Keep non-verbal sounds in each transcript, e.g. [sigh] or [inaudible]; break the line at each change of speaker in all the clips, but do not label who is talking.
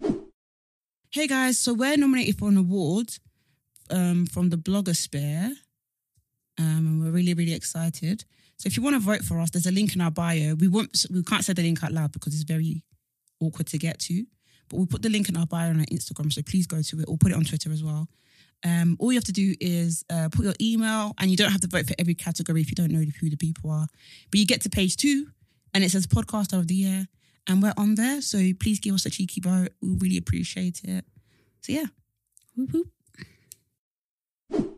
Hey guys, so we're nominated for an award um, from the Blogosphere, um, and we're really really excited. So if you want to vote for us, there's a link in our bio. We won't we can't say the link out loud because it's very awkward to get to, but we'll put the link in our bio on our Instagram. So please go to it or put it on Twitter as well. Um, all you have to do is uh, put your email, and you don't have to vote for every category if you don't know who the people are. But you get to page two, and it says Podcaster of the Year, and we're on there. So please give us a cheeky vote. We really appreciate it. So yeah, whoop whoop.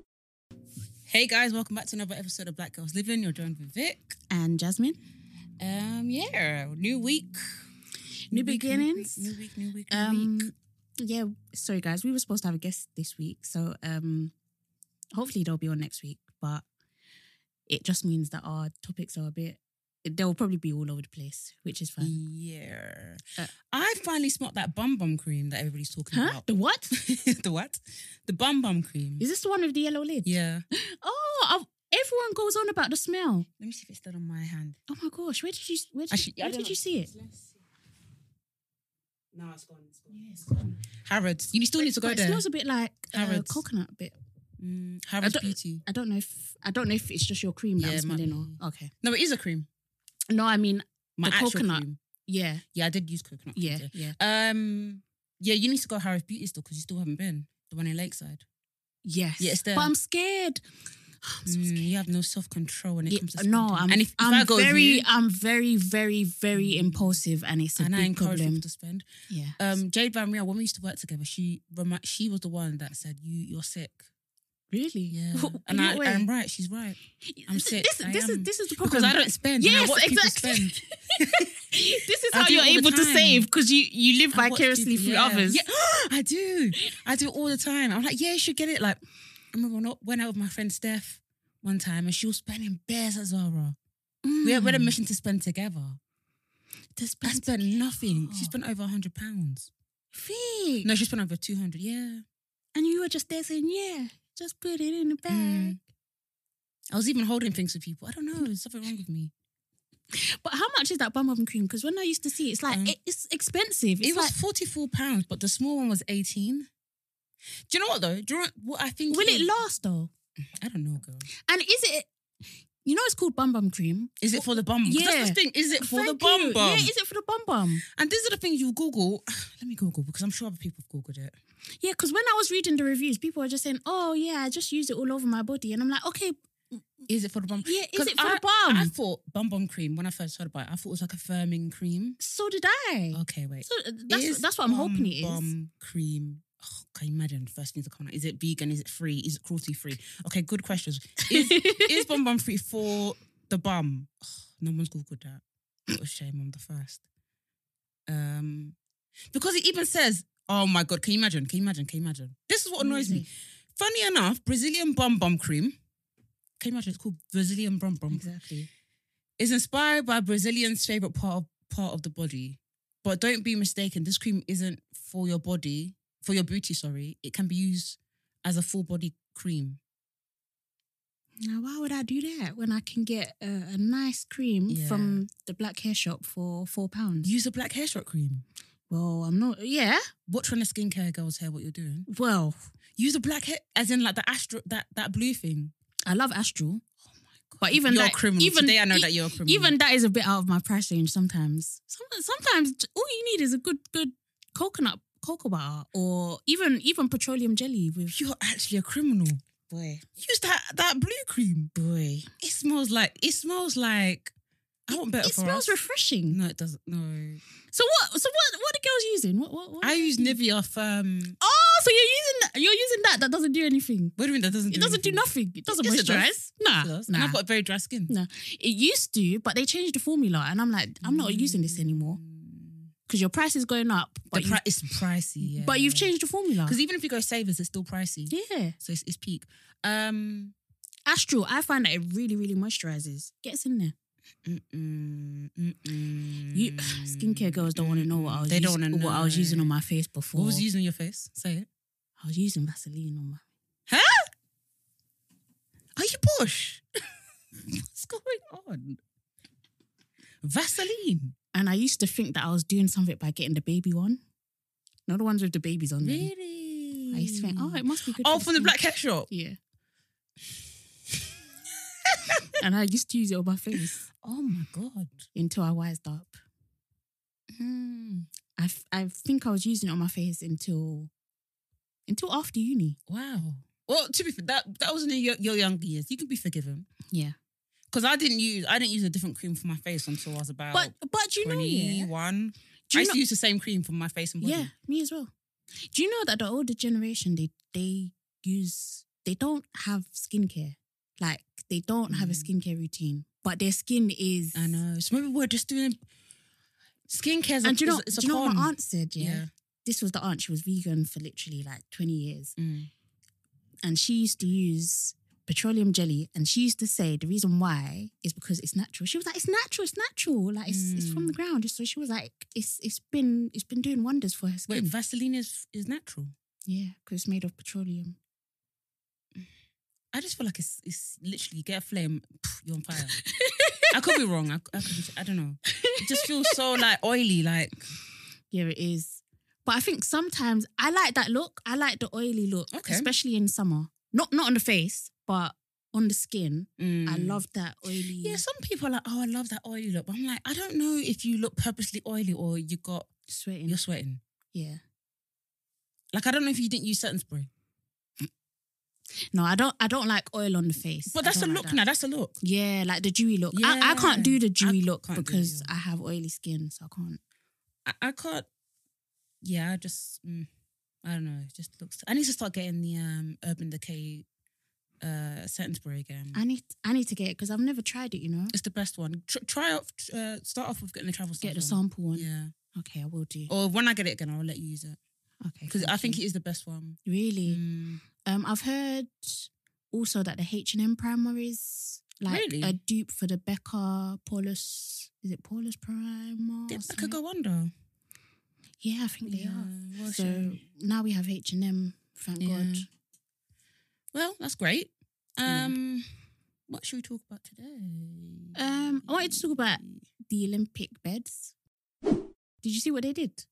Hey guys, welcome back to another episode of Black Girls Living. You're joined with Vic.
and Jasmine.
Um, yeah, new week,
New
week,
beginnings.
new week, new week, new week. New
Um,
week.
yeah, sorry guys, we were supposed to have a guest this week, so um, hopefully they'll be on next week. But it just means that our topics are a bit. They'll probably be all over the place, which is
Mm.
fine.
Yeah,
Uh,
I finally smelt that bum bum cream that everybody's talking
Huh?
about.
The what?
[laughs] the what? The bum bum cream.
Is this the one with the yellow lid?
yeah.
[gasps] Oh, i everyone goes on about the smell.
Let me see if it's still on my hand.
Oh my gosh, where did you? Where did,
Actually,
you,
I
where
don't
did
know.
you see it?
No, it's gone. It's gone. Yeah, it's gone. Harrods. You still need to go
But
there.
It smells a bit like uh,
Harrods.
coconut. bit.
Mm,
I
Harrods
don't,
Beauty.
I don't know if I don't know if it's just your cream that
Yeah,
I'm
it might
smelling
be.
or okay.
No, it is a cream.
No, I mean
My
The
actual
coconut.
cream.
yeah,
Yeah, I did use coconut. cream
yeah,
today.
yeah,
Um. Yeah, you need to go Harrods Beauty still because you still haven't been the one in Lakeside.
[gasps] yes.
Yeah, it's there.
But I'm scared. I'm so
Mm,
scared.
you have no self control when it
Yeah,
comes to
no,
spending.
I'm,
and if, if
I'm
I go with
very,
you,
I'm very, very, very impulsive, and it's a
and I
big
encourage
problem.
people to spend.
Yeah.
Um, Jade Van Riel, when we used to work together, she remi- she was the one that said, "You, you're sick."
really?
Yeah,
[laughs] In
and I,
what way?
I'm right. She's right. I'm
This-
sick.
This,
I
this is
am.
this is the problem
Because I don't spend. and
Yes,
I watch
exactly.
people spend.
[laughs] this is
I
how
do it
you're
all the
able to
time.
save because you you live
I watch
vicariously
people-
through
yeah.
others.
Yeah, [gasps] I do. I do it all the time. I'm like, yeah, you should get it. Like, I remember when I went out with my friend Steph one time, and she was spending bears at Zara. We had, we had
Mm.
a mission to spend together.
To
I
spend
spent
together.
nothing. She spent over hundred pounds.
Fig.
No, she spent over two hundred. Yeah.
and you were just there saying, "Yeah, just put it in the bag."
Mm. I was even holding things for people. I don't know. There's something wrong with me.
But how much is that bum bum cream? Because when I used to see, it, it's like
Um,
it- it's expensive. It's
it was
like,
forty four pounds, but the small one was eighteen. Do you know what though? Do you know what I think?
will
is-
it last though?
I don't know, girl.
And is it? You know, it's called bum bum cream.
Is it for the bum? 'Cause That's
Yeah.
the thing. Is it for the
Thank
bum
you.
bum?
Yeah, is it for the bum bum?
and these are the things you Google. [sighs] Let me Google because I'm sure other people have Googled it.
Yeah, because when I was reading the reviews, people were just saying, "Oh yeah, I just use it all over my body," and I'm like, "Okay,
Is it for the bum?
Yeah, is
'Cause
it for
I,
the bum?
I thought bum bum cream when I first heard about it. I thought it was like a firming cream.
so did I."
Okay, wait.
So uh, that's
Is
that's what I'm hoping it is.
Bum cream. Oh, can you imagine? First things that come out. Is it vegan? Is it free? Is it cruelty free? Okay, good questions.
[laughs]
Is, is bum bum free for the bum? [sighs] Oh, no one's googled that. What a shame I'm the first. Um, because it even says, oh my god, can you imagine? Can you imagine? Can you imagine? This is what
What
annoys
is
me. Funny enough, Brazilian bum bum cream. Can you imagine? It's called Brazilian bum bum.
Exactly.
It's inspired by Brazilians' favorite part of, part of the body. But don't be mistaken, this cream isn't for your body, for your beauty, sorry. It can be used as a full body cream.
Now, why would I do that when I can get a, a nice cream
Yeah.
from the black hair shop for four pounds?
Use a black hair shot cream.
Well, I'm not. Yeah.
Watch when the skincare girls hear what you're doing.
Well,
Use a black hair, as in like the astro, that, that blue thing.
I love Astral. But
Oh
even
You're a
like,
criminal.
even
Today I know
e-
that you're a criminal.
Even that is a bit out of my price range sometimes. Some- Sometimes j- all you need is a good good coconut cocoa butter or even even petroleum jelly with
You're actually a criminal.
boy.
Use that that blue cream.
Boy.
It smells like it smells like I want better
It
for
smells
us.
refreshing.
no, it doesn't. No,
So what so what what are the girls using? What what, what
I use Nivea um, firm.
Oh, so you're using that you're using that that doesn't do anything.
What do you mean that doesn't?
It doesn't do nothing. It doesn't
Yes, it does.
moisturize. Nah.
Does. And
nah.
I've got very dry skin.
No, it used to, but they changed the formula, and I'm like, I'm not using this anymore because your price is going up,
But
but
Mm. the
you,
pri- it's pricey. Yeah.
but you've changed the formula.
because even if you go savers, it's still pricey.
Yeah,
So it's, it's peak. Um,
Astral, I find that it really, really moisturizes. Gets in there.
mm-mm, mm-mm.
You skincare girls don't want to know what I was.
Mm. They don't
using-
wanna
what I was
know.
using on my face before.
What was you using on your face? Say it.
I was using Vaseline on my.
Huh? Are you bush? [laughs] What's going on? Vaseline.
And I used to think that I was doing something by getting the baby one. Not the ones with the babies on them.
Really?
I used to think, oh, it must be good.
Oh,
for
from the
skin.
black hair shop.
Yeah. and I used to use it on my face
Oh my god.
until I wised up.
Hmm.
I, f- I think I was using it on my face until until after uni.
Wow. Well, to be fair, that that was in your, your younger years. You can be forgiven
Yeah.
because I didn't use I didn't use a different cream for my face until I was about
But but do you know yeah?
twenty-one.
Do
I
you
used
know,
to use the same cream for my face and body.
yeah, me as well. Do you know that the older generation they they use they don't have skincare. Like they don't have a skincare routine, but their skin is
Mm. I know. So maybe we're just doing skincare.
And do you know,
it's a
do you know what
con.
my aunt said? Yeah?
Yeah.
This was the aunt, she was vegan for literally like 20 years.
Mm.
And she used to use petroleum jelly. And she used to say the reason why is because it's natural. She was like, it's natural, it's natural. Like it's, it's from the
Mm.
ground. So she was like, it's it's been it's been doing wonders for her
Wait,
skin.
Vaseline is is natural.
yeah, because it's made of petroleum.
I just feel like it's it's literally you get a flame, pff, you're on fire. I could be wrong. I, I, could be, I don't know. It just feels so like oily. Like
Yeah, it is. But I think sometimes I like that look. I like the oily look,
Okay.
especially in summer. Not not on the face, but on the skin. I
Mm.
love that oily.
Yeah, some people are like, oh, I love that oily look. But I'm like, I don't know if you look purposely oily or you got
sweating.
you're sweating.
Yeah.
Like I don't know if you didn't use setting spray.
No, I don't. I don't like oil on the face.
But
I
that's a
don't like
look
that.
now. That's a look.
Yeah, like the dewy look. I, I can't do
Yeah,
the
I
dewy look
can't do it,
because
yeah.
I have oily skin, so I can't.
Mm. I, I can't. Yeah, I just mm, I don't know. It just looks. I need to start getting the um Urban Decay uh setting spray again.
I need. I need to get it because I've never tried it. You know,
it's the best one. Tr- try off. Uh, start off with getting the travel.
get the
size one.
sample one.
Yeah.
Okay, I will do.
Or when I get it again, I'll let you use it
Okay,
because
thank
I think
you.
it is the best one.
really.
Mm.
Um, I've heard also that the H and M primer is like
Really?
a dupe for the Becca Paulus. Is it Paulus primer? or
Did Becca
something?
go under?
Yeah, I think they
Yeah,
are.
well,
So
sure.
now we have H and M. Thank
Yeah.
God.
Well, that's great.
Yeah.
Um, what should we talk about today?
Um, I wanted to talk about the Olympic beds. Did you see what they did?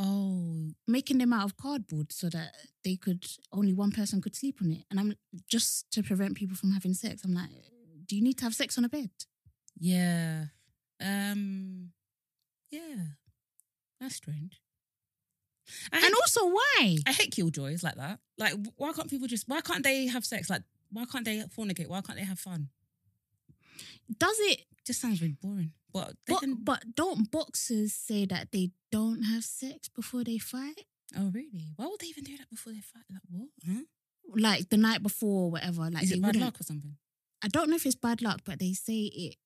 Oh,
Making them out of cardboard so that they could only one person could sleep on it, and I'm just to prevent people from having sex. I'm like, do you need to have sex on a bed?
yeah. Um, yeah. That's strange. I hate,
And also, why?
I hate killjoys like that. Like, wh- why can't people just? Why can't they have sex? Like, why can't they fornicate? Why can't they have fun?
Does it?
Just sounds really boring. But they
But,
can.
but don't boxers say that they don't have sex before they fight?
oh, really? Why would they even do that before they fight? Like, what? Huh?
Like the night before, or whatever. Like
Is
they
it bad
wouldn't-
luck or something?
I don't know if it's bad luck, but they say it.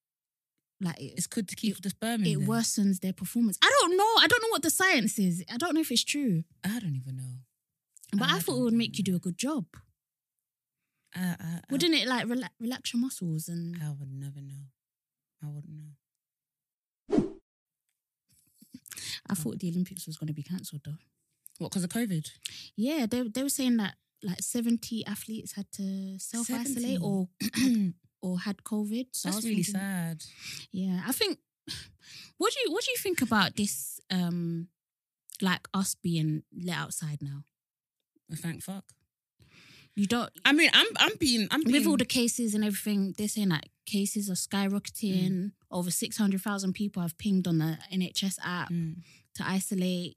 Like it,
It's good to keep the sperm in
it
there.
worsens their performance. I don't know. I don't know what the science is. I don't know if it's true.
I don't even know.
But
Uh, I
I, thought it
don't
would make you
know.
do a good job.
I, I, I,
Wouldn't it like rela- relax your muscles and
I would never know. I wouldn't know.
I thought the Olympics was going to be cancelled though.
What, because of COVID?
Yeah, they they were saying that like 70 athletes had to self-isolate or [clears throat] or had covid. So I
That's
was
really
thinking-
sad.
Yeah, I think [sighs] what do you what do you think about this um like us being let outside now?
Thank fuck.
You don't.
I mean, I'm I'm being I'm being
With all the cases and everything, they're saying that cases
Mm.
are skyrocketing. Over six hundred thousand people have pinged on the NHS app
Mm.
to isolate.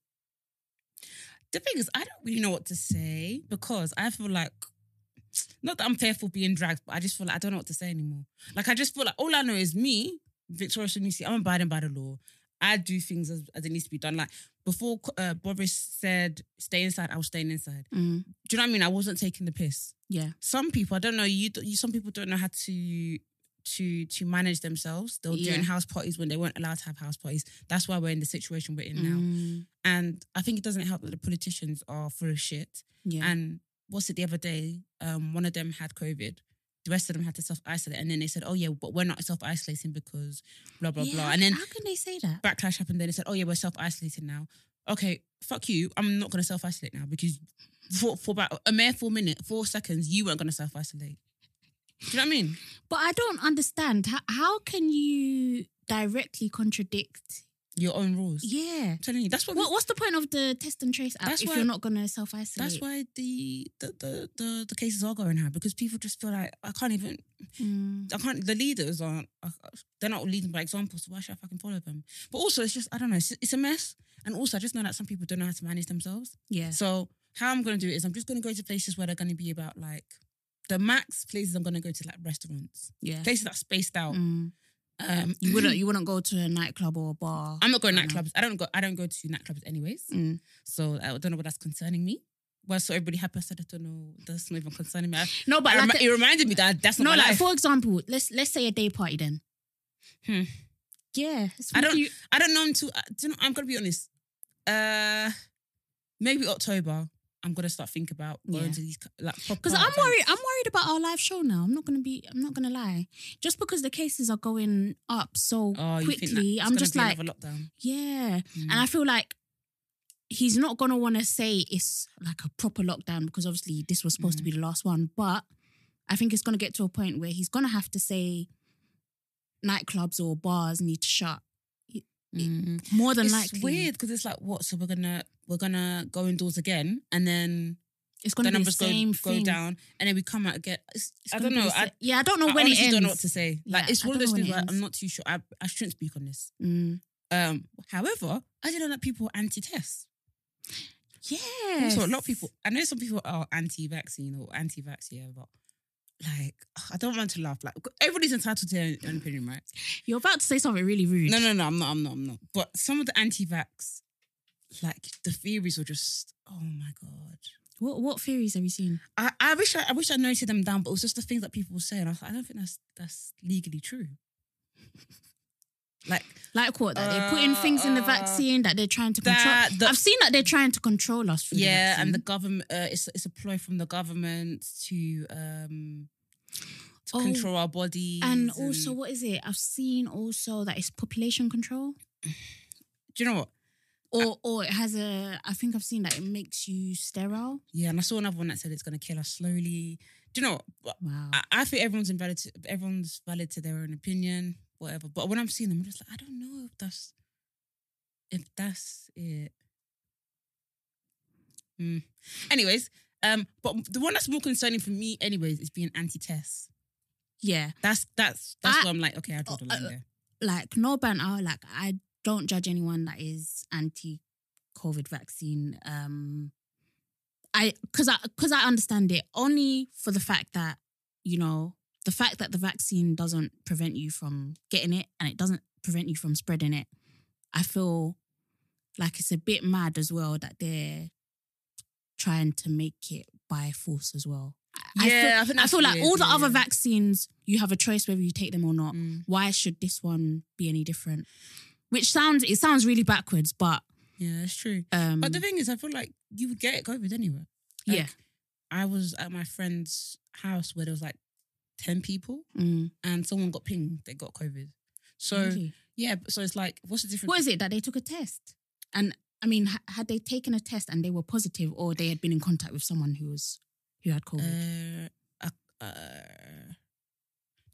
the thing is, I don't really know what to say because I feel like not that I'm fearful being dragged, but I just feel like I don't know what to say anymore. Like I just feel like all I know is me, Victoria Shanusi, I'm abiding by the law. I do things as, as it needs to be done. Like before uh, Boris said, stay inside, I was staying inside.
Mm.
Do you know what I mean? I wasn't taking the piss
Yeah,
some people I don't know you, you some people don't know how to to to manage themselves. They were
Yeah.
doing house parties when they weren't allowed to have house parties. That's why we're in the situation we're in now.
Mm.
And I think it doesn't help that the politicians are full of shit.
yeah,
And what's it the other day? Um, one of them had COVID. The rest of them had to self isolate, and then they said, "Oh yeah, but we're not self isolating because blah blah
Yeah,
blah."
how
And
can-
then
how can they say that?
backlash happened. Then they said, "Oh yeah, we're self isolating now." Okay, fuck you. I'm not gonna self isolate now because for for about a mere four minute, four seconds, you weren't gonna self isolate. Do you know what I mean?
But I don't understand. How, how can you directly contradict?
Your own rules.
Yeah.
I'm telling you, that's what.
What, what's the point of the test and trace app
That's
if
why-
you're not going to self isolate?
that's why the the, the the the cases are going high because people just feel like I can't even I can't. The leaders aren't. I- I- They're not leading by example. So why should I fucking follow them? But also, it's just I don't know. It's, it's a mess. And also, I just know that some people don't know how to manage themselves.
Yeah.
So how I'm going to do it is I'm just going to go to places where they're going to be about like the max places I'm going to go to like restaurants,
yeah.
places that are spaced out.
Mm.
Um,
You wouldn't. You wouldn't go to a nightclub or a bar.
[clears throat] I'm not going to
I know.
nightclubs. I don't go. I don't go to nightclubs anyways.
Mm.
So I don't know what that's concerning me. Well, so everybody happy. I said I don't know. That's not even concerning me. I,
No, but
I
like
remi-
a-
it reminded me that that's not
no,
my
like
life.
for example, let's let's say a day party then.
Hmm.
Yeah, it's
I don't.
really-
I don't know until. uh, Do you know? I'm gonna be honest. Uh, maybe October. I'm gonna start thinking about going
Yeah.
to these co- like
Because I'm worried. I'm worried about our live show now. I'm not gonna be. I'm not gonna lie. Just because the cases are going up so
Oh, you think that
quickly,
it's
I'm
gonna
just
be
like,
another lockdown.
yeah.
Mm.
And I feel like he's not gonna want to say it's like a proper lockdown because obviously this was
Mm.
supposed to be the last one. But I think it's gonna get to a point where he's gonna have to say nightclubs or bars need to shut. More than
Mm. it's
likely,
weird because it's like what? So we're gonna we're gonna go indoors again, and then
It's
the
gonna be the
numbers go
same
go
thing.
down, and then we come out again. It's,
It's
I
gonna
don't
be
know.
the
I,
sa- yeah, I don't know
I
when it
honestly
ends.
don't know what to say. Like
Yeah,
it's
I
one of
don't
those
know when
things
it
where I'm
ends.
not too sure. I I shouldn't speak on this.
Mm.
Um, however, I didn't know that people were anti-test.
Yeah.
Also, a lot of people, I know some people are anti vaccine or anti vax, yeah, but like, I don't want to laugh. Like, everybody's entitled to their own opinion, right?
You're about to say something really rude.
No, no, no, I'm not, I'm not, I'm not. But some of the anti vax, like, the theories were just, oh my God.
What what theories have you seen?
I, I wish I, I wish I noted them down, but it was just the things that people were saying. I was like, I don't think that's that's legally true. [laughs] Like
Like what? That they're putting things in the
Uh,
vaccine that they're trying to control.
that- the-
I've seen that they're trying to control us. Through
yeah,
the
and the
vaccine.
government uh, it's it's a ploy from the government to um to
Oh,
control our bodies
and also what is it? I've seen also that it's population control,
do you know what? Uh,
or or it has a. I think I've seen that it makes you sterile.
Yeah, and I saw another one that said it's going to kill us slowly. Do you know? What?
Wow.
I, I think everyone's invalid. To, everyone's valid to their own opinion, whatever. But when I'm seeing them, I'm just like, I don't know if that's if that's it. Mm. Anyways, um, but the one that's more concerning for me, anyways, is being anti-test.
yeah.
That's that's that's
I-
where I'm like, okay, I draw the line
Uh, uh,
there.
Like no banter. Like I don't judge anyone that is anti COVID vaccine. Um, I because I because I understand it only for the fact that you know the fact that the vaccine doesn't prevent you from getting it and it doesn't prevent you from spreading it. I feel like it's a bit mad as well that they're trying to make it by force as well. I-
Yeah, I think
I feel, I
that's
feel like
weird,
all the
yeah,
other
yeah.
vaccines, you have a choice whether you take them or not.
Mm.
Why should this one be any different? Which sounds it sounds really backwards, but
Yeah, that's true.
um,
But the thing is, I feel like you would get COVID anyway. Like,
Yeah.
I was at my friend's house where there was like 10 people
Mm.
and someone got pinged, they got COVID. So,
Really?
yeah, but- so it's like, what's the difference?
what is it that they took a test? And I mean, ha- had they taken a test and they were positive, or they had been in contact with someone who was who had COVID?
Uh, uh, uh,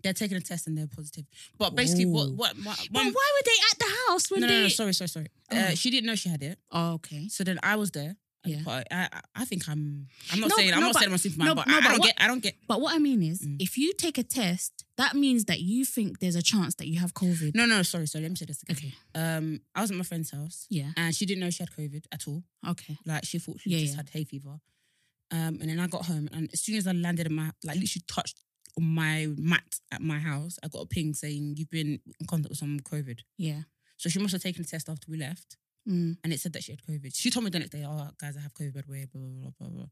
they're taking a test and they're positive. But basically, what,
Ooh.
what, what,
but why
one-
were they at the house when
no,
they?
no, no, sorry, sorry, sorry. Uh,
Oh.
she didn't know she had it.
Oh, okay.
So then I was there
Yeah.
But I, I- I think I'm. I'm not
No,
saying I'm
no,
not
but-
saying I'm a Superman,
no,
but
no,
I, I
but
don't
what-
get. I don't get.
But what I mean is,
Mm.
if you take a test, that means that you think there's a chance that you have COVID.
No, no, sorry, sorry. Let me say this again.
Okay.
Um, I was at my friend's house,
Yeah.
and she didn't know she had COVID at all.
Okay.
Like she thought she
Yeah,
just
yeah.
had hay fever. Um, and then I got home, and as soon as I landed in my, like, literally touched on my mat at my house, I got a ping saying you've been in contact with someone with COVID.
Yeah.
So she must have taken the test after we left,
Mm.
and it said that she had COVID. She told me the next day, "Oh, guys, I have COVID. By the way, blah blah blah blah." blah.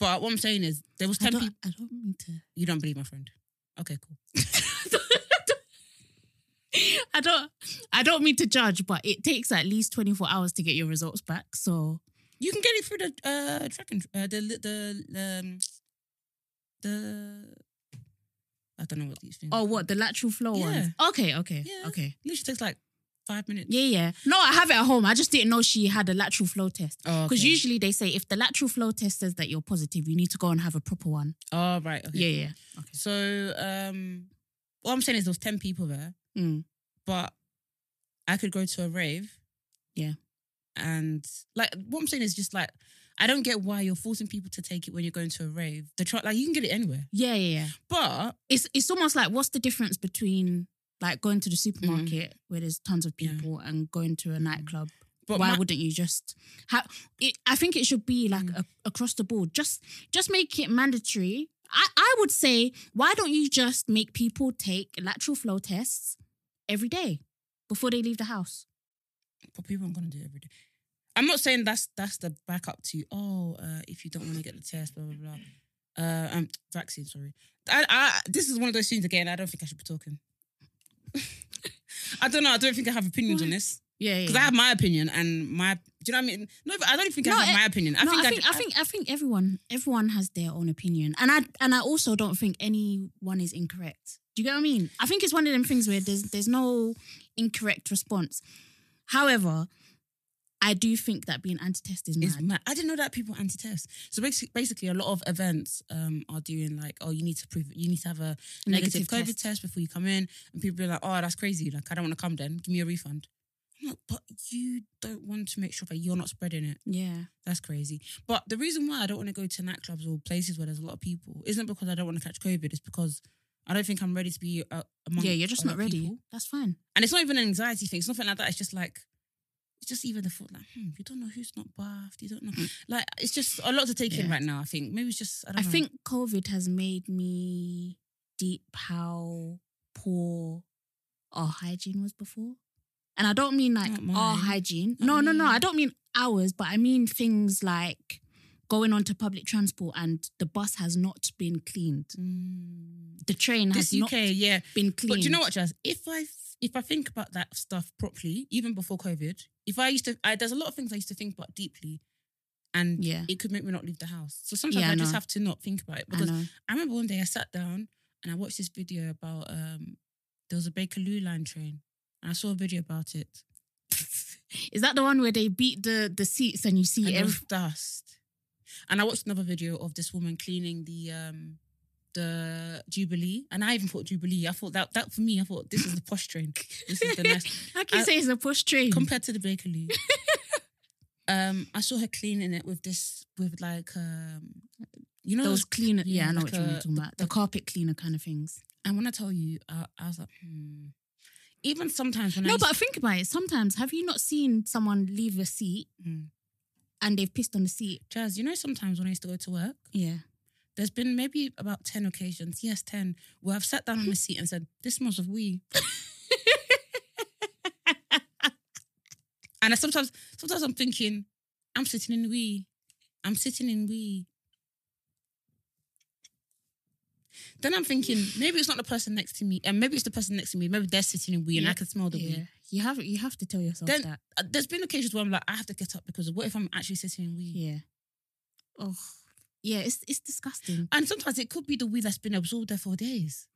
But what I'm saying is, there was
I,
ten
don't,
people.
I don't mean to.
You don't believe my friend? Okay, cool.
I don't. I don't mean to judge, but it takes at least 24 hours to get your results back. So
You can get it through the uh, tracking, uh, the li- the um, the. I don't know what these things.
Oh, what the lateral flow
Yeah.
ones? Okay, okay,
Yeah.
okay.
literally takes like five minutes.
Yeah, yeah. No, I have it at home. I just didn't know she had a lateral flow test.
Oh,
Because
okay.
usually they say if the lateral flow test says that you're positive, you need to go and have a proper one.
Oh right. Okay.
Yeah, yeah. Okay.
So um, what I'm saying is there was ten people there,
Mm.
but I could go to a rave.
Yeah.
And like what I'm saying is just like I don't get why you're forcing people to take it when you're going to a rave. The try like you can get it anywhere,
Yeah, yeah, yeah.
but
It's it's almost like what's the difference between like going to the supermarket where there's tons of
Mm-hmm. Yeah. Mm-hmm.
people and going to a nightclub?
but
Why
my-
wouldn't you just have it? I think it should be like a, across the board. Just just make it mandatory. I, I would say, why don't you just make people take lateral flow tests every day before they leave the house?
but people aren't gonna do it every day. I'm not saying that's that's the backup to oh uh, if you don't want to get the test blah blah blah. Uh, um, vaccine. Sorry, I, I this is one of those things again. I don't think I should be talking. [laughs] I don't know. I don't think I have opinions on
Why?
this.
Yeah, yeah.
because I have my opinion and my. Do you know what I mean? No, I don't think
No,
I have
I-
my opinion. I
no,
think
I think I, think I think everyone everyone has their own opinion, and I and I also don't think anyone is incorrect. Do you get what I mean? I think it's one of them things where there's there's no incorrect response. However, I do think that being anti-test is
is
mad.
mad. I didn't know that people anti-test. So basically, basically, a lot of events um, are doing like, oh, you need to prove, you need to have a negative,
Negative
COVID test.
test.
before you come in, and people are like, oh, that's crazy. Like, I don't want to come. Then give me a refund. I'm like, but you don't want to make sure that you're not spreading it.
Yeah.
That's crazy. But the reason why I don't want to go to nightclubs or places where there's a lot of people isn't because I don't want to catch COVID. It's because I don't think I'm ready to be uh, among.
yeah, you're just
a lot
not
of
ready.
people.
That's fine.
And it's not even an anxiety thing. It's nothing like that. It's just like, it's just even the thought like, hmm, you don't know who's not bathed. You don't know. Like, it's just a lot to take in
Mm. Yeah.
right now, I think. Maybe it's just, I
I
don't know.
think COVID has made me deep how poor our hygiene was before. And I don't mean like
Not
our
mine.
hygiene.
Not
no, no, no.
me.
I don't mean ours, but I mean things like going onto public transport and the bus has not been cleaned.
Mm,
The train
this
has
UK,
not
yeah.
been cleaned.
But do you know what, Jazz? If I if I think about that stuff properly, even before COVID, if I used to, I, there's a lot of things I used to think about deeply, and
Yeah.
it could make me not leave the house. So sometimes
Yeah,
I
I
just
know.
have to not think about it
I
because
know.
I remember one day I sat down and I watched this video about um there was a Bakerloo line train, and I saw a video about it.
Is that the one where they beat the the seats and you see
and there was
every
dust. And I watched another video of this woman cleaning the um the Jubilee, and I even thought Jubilee. I thought that that for me, I thought this is the posh train. This is [laughs] the nice
[laughs] I can
I-
say it's a push train.
compared to the
[laughs]
Bakerloo. um, I saw her cleaning it with this with like um, you know
Those cleaner, yeah, I know
like
which one
a-
you're talking about. The carpet cleaner kind of things.
And when I tell you, I, I was like, hmm. even sometimes when I
No,
used
but think about it. Sometimes, have you not seen someone leave a seat
Mm.
and they've pissed on the seat?
Jazz, you know, sometimes when I used to go to work,
Yeah.
there's been maybe about 10 occasions, yes, 10, where I've sat down on the seat and said, This smells of wee. and I sometimes, sometimes I'm thinking, I'm sitting in wee. I'm sitting in wee. Then I'm thinking,
[laughs]
maybe it's not the person next to me, and maybe it's the person next to me. Maybe they're sitting in wee, and I
Yeah,
can smell the
yeah.
wee.
You have you have to tell yourself
Then-
that.
Uh, There's been occasions where I'm like, I have to get up because what if I'm actually sitting in wee?
Yeah. Oh. Yeah, it's it's disgusting.
And sometimes it could be the wee that's been absorbed there for days.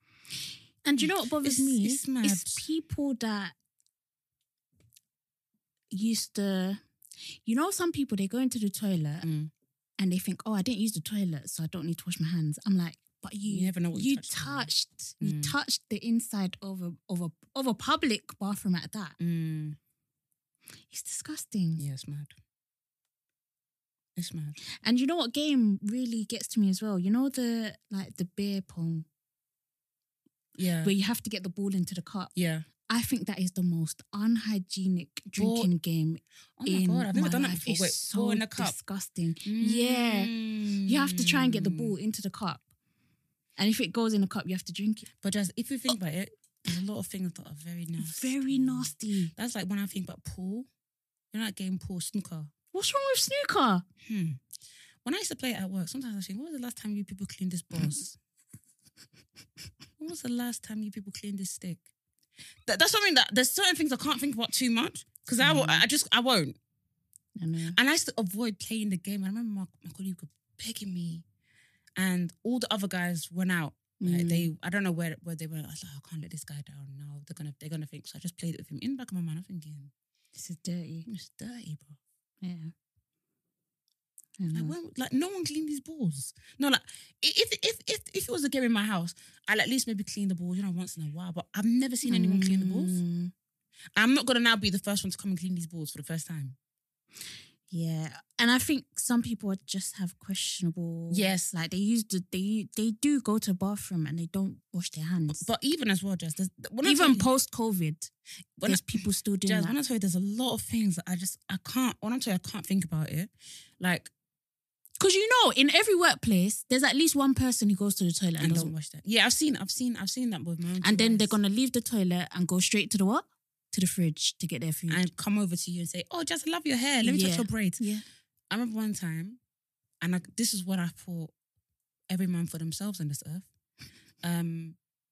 And you know what bothers
It's-
me?
it's mad.
people that used to you know some people they go into the toilet
Mm.
and they think, Oh, I didn't use the toilet, so I don't need to wash my hands. I'm like, but you
You never know what you
you
touched, really.
touched, you
Mm.
touched the inside of a of a of a public bathroom at that.
Mm.
It's disgusting.
Yeah, it's mad. It's mad.
And you know what game really gets to me as well? You know the like the beer pong
Yeah.
where you have to get the ball into the cup.
yeah.
I think that is the most unhygienic
Ball-
drinking game
Oh my
in
god, I've never
my
done that
life.
before.
It's
Wait,
so
ball in a cup.
disgusting. Yeah, you have to try and get the
Mm.
ball into the cup, and if it goes in the cup, you have to drink it.
But just if you think about it, there's a lot of things that are Oh. very nasty.
Very nasty.
That's like when I think about pool. You know that game pool snooker.
What's wrong with snooker?
Hmm. When I used to play it at work, sometimes I think, when was the last time you people cleaned this
[laughs]
boss? when was the last time you people cleaned this stick? That, that's something that there's certain things I can't think about too much because I,
Mm.
will- I just I won't.
I know.
And I used to avoid playing the game. I remember my, my colleague was begging me, and all the other guys went out. Like,
Mm.
they I don't know where where they were. I was like, "Oh, I can't let this guy down now. They're gonna they're gonna think. So I just played it with him in the back of my mind. I'm thinking,
This is dirty.
it's dirty, bro.
Yeah. I know.
Like, when, like no one cleaned these balls. No, like i- if if if if it was a game in my house, I'll at least maybe clean the balls, you know, once in a while. But I've never seen anyone clean the balls.
Mm,
I'm not gonna now be the first one to come and clean these balls for the first time.
Yeah, and I think some people are- just have questionable.
Yes.
like they use the they they do go to bathroom and they don't wash their hands.
But even as well, just when I tell
even
you-
post COVID,
when I-
there's people still doing
Jazz,
that.
when I tell you, there's a lot of things that I just I can't. When I tell you, I can't think about it. Like
Because you know, in every workplace, there's at least one person who goes to the toilet and,
and
doesn't
don't wash that. Yeah, I've seen, I've seen, I've seen that with my own. two
And then they're
eyes.
gonna leave the toilet and go straight to the what? To the fridge to get their food.
and come over to you and say, "Oh, Jazz, I love your hair. Let me
Yeah.
touch your braids."
yeah.
I remember one time, and I, this is what I thought every man for themselves on this earth. Um,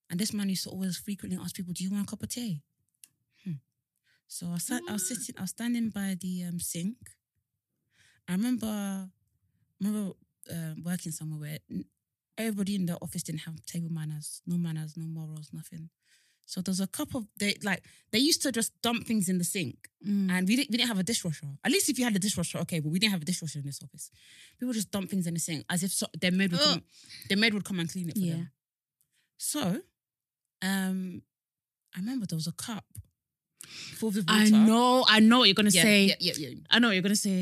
and this man used to always frequently ask people, "Do you want a cup of tea?" Hmm. So I sat, I
Mm.
was sitting, I was standing by the um, sink. I remember, I remember uh, working somewhere where n- everybody in the office didn't have table manners, no manners, no morals, nothing. So there's a cup of they like they used to just dump things in the sink
Mm.
and we didn't we didn't have a dishwasher. At least if you had a dishwasher, okay, but we didn't have a dishwasher in this office. People just dump things in the sink as if so, their maid would come, their maid would come and clean it for
Yeah.
them. So, um, I remember there was a cup full of water.
I know, I know what you're gonna
Yeah,
say.
yeah, yeah, yeah.
I know what you're gonna say.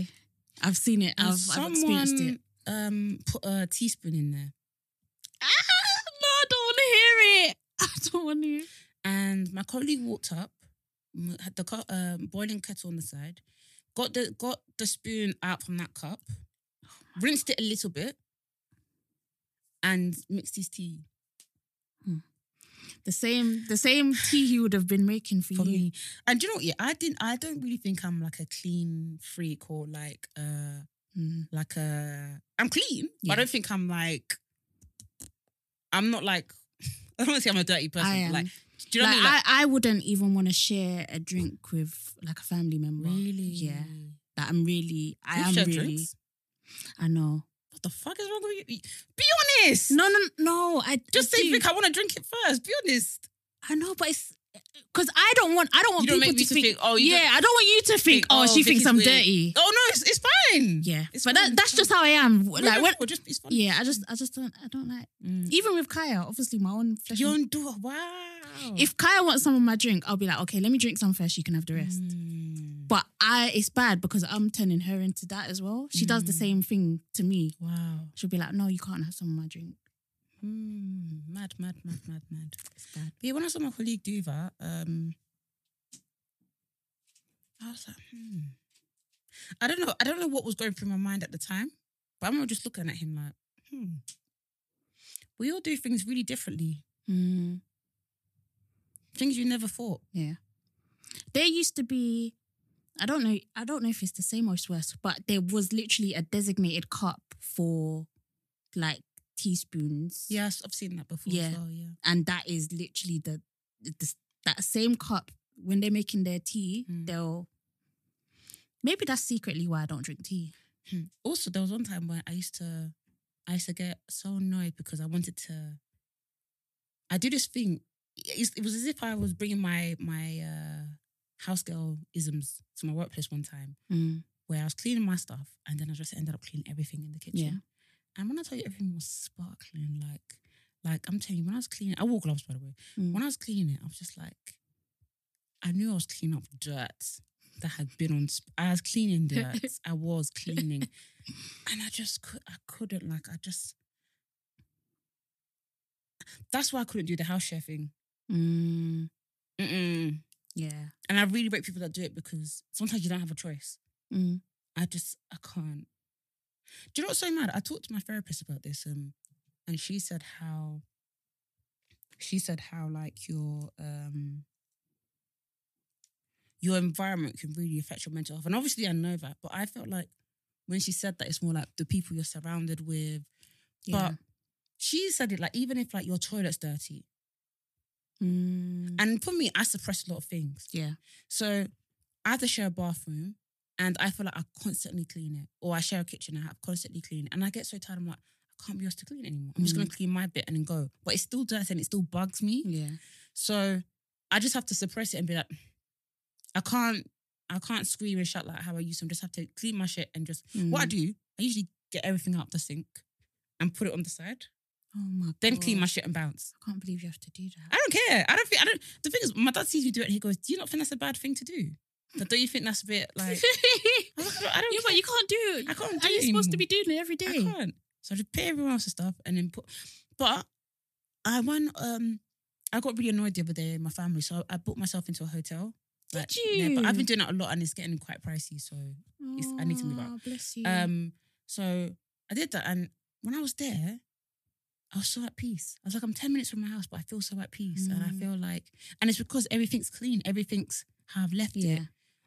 I've seen it.
And
I've, I've experienced it. [laughs]
someone, um put a teaspoon in there,
Ah, no, I don't want to hear it. [laughs] I don't want to. hear
and my colleague walked up, m- had the cu- um, boiling kettle on the side, got the got the spoon out from that cup, rinsed it a little bit, and mixed his tea.
The same, the same tea he would have been making for,
for
you.
me. And do you know what? Yeah, I didn't. I don't really think I'm like a clean freak or like uh
Mm.
like a. I'm clean. But
Yeah.
I don't think I'm like. I'm not like. [laughs] I don't want to say I'm a dirty person.
I
but,
am.
Like, do you know
like,
what I mean? Like,
I, I wouldn't even want to share a drink with like a family member. Yeah. That I'm really, I
You
am
share
really.
drinks?
I know.
What the fuck is wrong with you? Be honest.
No, no, no. I
Just
I
say,
do.
Vic, I want to drink it first. Be honest.
I know, but it's because I don't want. I don't want
You don't
people
make me
to
to
think.
think, oh, you
yeah,
don't-
I don't want you to think. oh, she
Vic
thinks
is
I'm
weird.
dirty.
Oh no, it's, it's fine.
Yeah,
it's
but that,
fine,
that's
it's
just how I am.
fine.
Like
No,
when.
no, just it's fine.
Yeah, I just, I just don't, I don't like.
Mm.
Even with Kaya, obviously my own flesh.
you
and-
don't do it. Wow.
if Kaya wants some of my drink, I'll be like, okay, let me drink some first. You can have the rest.
Mm.
But I, it's bad because I'm turning her into that as well. She does
Mm.
the same thing to me.
Wow.
She'll be like, no, you can't have some of my drink.
Mm, mad, mad, mad, mad, mad.
It's bad.
But yeah, when I saw my colleague do that, um, I was like, hmm. I don't know. I don't know what was going through my mind at the time, but I remember just looking at him like, hmm. We all do things really differently.
Mm,
Things you never thought.
yeah. There used to be, I don't know, I don't know if it's the same or it's worse, but there was literally a designated cup for like teaspoons.
Yes, I've seen that before
Yeah.
as well. Yeah.
and that is literally the, the that same cup when they're making their tea
Mm.
they'll maybe that's secretly why i don't drink tea
Hmm. Also, there was one time when I used to, I used to get so annoyed because I wanted to. I do this thing. It is- it was as if I was bringing my my uh, house girl isms to my workplace one time, where I was cleaning my stuff and then I just ended up cleaning everything in the kitchen.
Yeah.
And when I tell you, everything was sparkling, like like I'm telling you, when I was cleaning, I wore gloves by the way.
Mm.
When I was cleaning it, I was just like, I knew I was cleaning up dirt. that had been on. sp- I was cleaning dirt.
[laughs]
I was cleaning, and I just could. I couldn't. Like I just. That's why I couldn't do the house chefing.
Mm,
Mm-mm.
yeah.
And I really rate people that do it because sometimes you don't have a choice.
Mm,
I just I can't. Do you know what's so mad? I talked to my therapist about this, um, and she said how she said how like your um your environment can really affect your mental health. And obviously I know that, but I felt like when she said that it's more like the people you're surrounded with.
yeah.
But she said it like even if like your toilet's dirty.
mm,
And for me, I suppress a lot of things.
yeah.
So I have to share a bathroom and I feel like I constantly clean it. Or I share a kitchen, I have constantly clean. And I get so tired, I'm like, I can't be asked to clean anymore. I'm just gonna clean my bit and then go. But it's still dirty and it still bugs me.
Mm. Yeah.
So I just have to suppress it and be like, I can't, I can't scream and shout like how I used to. I just have to clean my shit and just what I
Mm.
do, I usually get everything out the sink and put it on the side,
Oh my
then clean my
gosh.
shit and bounce.
I can't believe you have to do
I
that.
don't care. I don't think I don't the thing is my dad sees me do it and he goes, Do you not think that's a bad thing to do? But don't you think that's a bit like [laughs] I don't, I don't
[laughs] yeah, but
care.
you can't do it.
I can't
Are
do
you
it
supposed to
anymore.
be doing it every
I
day?
can't. So I just pay everyone else's stuff and then put. But I won. Um, I got really annoyed the other day in my family, so I, I booked myself into a hotel.
Did
Yeah, but I've been
you?
doing that a lot, and it's getting quite pricey. So, It's- I need to move out.
Ah, Bless you.
um, so I did that, and when I was there, I was so at peace. I was like, I'm ten minutes from my house, but I feel so at peace, and I
Mm.
feel like, and it's because everything's clean, everything's how I've left
yeah.
it,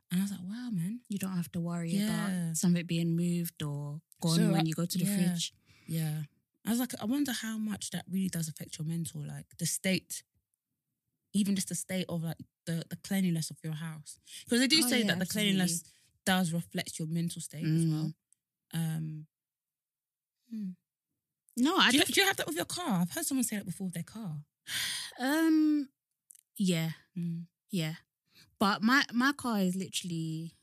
and I was like, wow, man.
You don't have to worry
Yeah.
about something being moved or gone
So, uh,
when you go to the
yeah.
fridge.
Yeah. I was like, I wonder how much that really does affect your mental, like the state, even just the state of like the, the cleanliness of your house. Because they do
Oh,
say
yeah, Mm.
that the cleanliness does reflect your mental state as well. Um, hmm.
No, I
do, you,
don't.
do you have that with your car? I've heard someone say that before with their car.
Um, yeah,
Mm.
yeah, but my my car is literally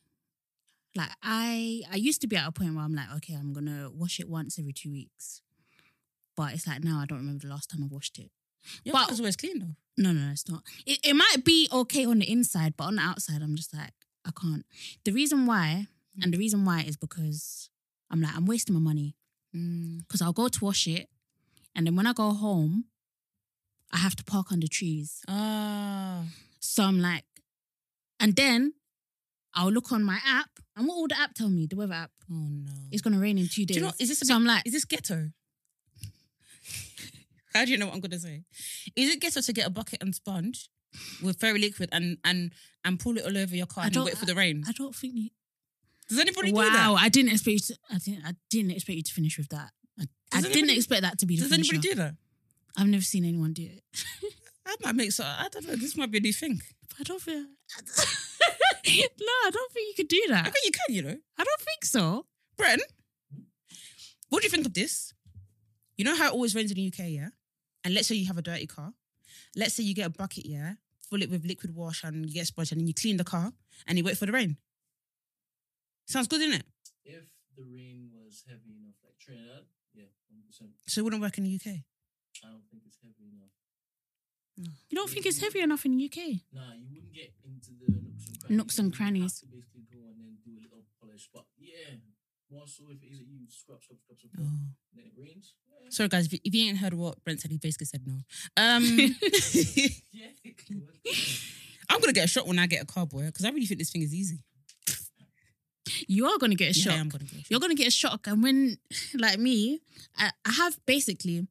like I I used to be at a point where I'm like, okay, I'm gonna wash it once every two weeks, but it's like now I don't remember the last time I washed it.
Your
But-
car's always clean though.
No, no, it's not. It, it might be okay on the inside, but on the outside, I'm just like, I can't. The reason why, and the reason why is because I'm like, I'm wasting my money
Mm.
because I'll go to wash it, and then when I go home, I have to park under trees.
Ah,
So I'm like, and then I'll look on my app, and what will the app tell me? The weather app.
oh no.
It's gonna rain in two days.
Do you know, is this a
so
bit-
I'm like,
is this ghetto? [laughs] How do you know what I'm gonna say? Is it ghetto to get a bucket and sponge with very liquid and and and pull it all over your car
I
and then
don't-
wait for the rain?
I don't think you.
Does anybody do
wow,
that?
I didn't expect you to. I didn't. I didn't expect you to finish with that. I, I
Does
didn't
anybody-
expect that to be. The
Does anybody
finisher.
do that?
I've never seen anyone do it. [laughs]
I might make so I don't know. This might be a new thing.
But I don't [laughs] think. no, I don't think you could do
I
that.
think you can, you know.
I don't think so.
Bren, what do you think of this? You know how it always rains in the UK, yeah? And let's say you have a dirty car. Let's say you get a bucket, yeah, full it with liquid wash and you get a sponge and then you clean the car and you wait for the rain. Sounds good, isn't it?
If the rain was heavy enough, like Trinidad, yeah, 100%.
So it wouldn't work in the UK.
I don't think it's heavy enough.
You don't think it's heavy enough in the UK?
Nah, you wouldn't get into the nooks and
Nooks
crannies.
and crannies.
You'd Have to basically go and then do a little polish. But yeah, once so if it is that you scrub, scrub, scrub, scrub,
Oh.
and then it rains. [laughs] Yeah,
Sorry, guys, if you, if you ain't heard what Brent said, he basically said no. Um,
yeah it can work.
[laughs]
It's
[laughs] I'm going to get a shot when I get a car, boy, because I really think this thing is easy.
You are going to get a
Yeah,
shock.
I'm going to get a shot.
You're going to get a shock. And when, [laughs] like me, I, I have basically,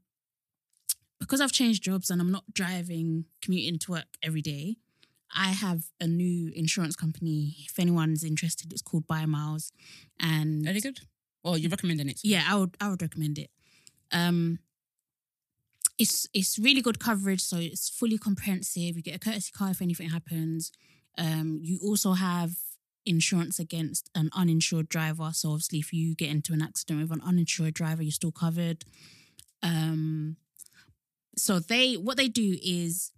because I've changed jobs and I'm not driving, commuting to work every day, I have a new insurance company. If anyone's interested, it's called Buy Miles. And
Are they good? Well, you're recommending it. so-
Yeah, I would I would recommend it. Um it's it's really good coverage, so it's fully comprehensive. You get a courtesy car if anything happens. Um you also have insurance against an uninsured driver. So obviously if you get into an accident with an uninsured driver, you're still covered. Um so they what they do is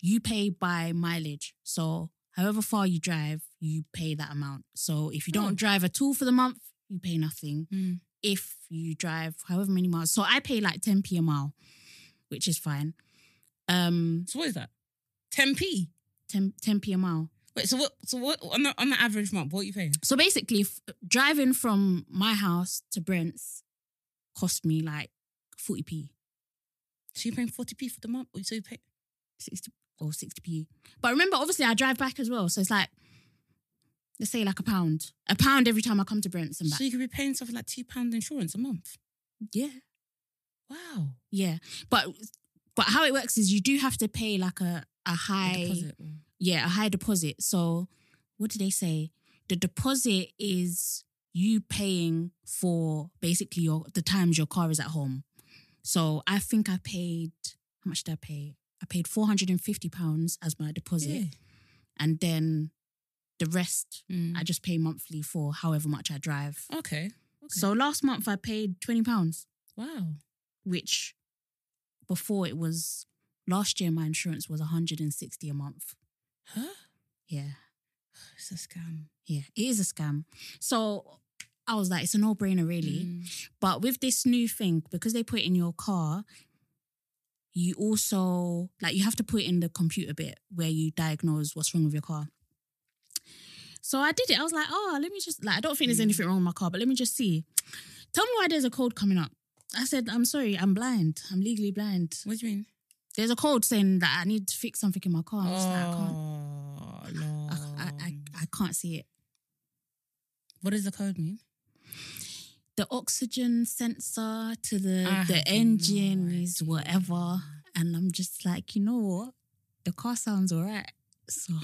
you pay by mileage. So however far you drive, you pay that amount. So if you don't
Oh.
drive at all for the month, you pay nothing
Hmm.
if you drive however many miles. So I pay like 10p a mile, which is fine. Um,
So what is that? 10p.
10, 10p a mile.
Wait, so what? So what on the on the average month? What are you paying?
So basically, f- driving from my house to Brent's cost me like 40p,
So you're paying forty p for the month, or so you pay?
60 or 60p. But remember, obviously, I drive back as well. So it's like, let's say like a pound, a pound every time I come to Brent's and back.
So you could be paying something like two pound insurance a month.
yeah.
Wow.
Yeah. But, but how it works is you do have to pay like a, a
A
high
deposit.
yeah, a high deposit. So what do they say? The deposit is you paying for basically your the times your car is at home. So I think I paid how much did I pay? I paid four hundred and fifty pounds as my deposit,
Yeah.
and then the rest
Mm.
I just pay monthly for however much I drive.
Okay. okay.
So last month I paid twenty pounds,
wow.
which before it was last year my insurance was one hundred and sixty a month.
Huh?
Yeah.
It's a scam.
Yeah, it is a scam. So I was like, it's a no brainer, really. But with this new thing, because they put it in your car, you also, like, you have to put in the computer bit where you diagnose what's wrong with your car. So I did it. I was like, oh, let me just, like, I don't think there's anything wrong with my car, but let me just see. Tell me why there's a code coming up. I said, I'm sorry, I'm blind. I'm legally blind.
What do you mean?
There's a code saying that I need to fix something in my car. I was like, I can't,
Oh,
I, I, I,
Lord.
I can't see it.
What does the code mean?
the oxygen sensor to the
I have no
the engine is
idea.
whatever and i'm just like you know what the car sounds all right so [laughs]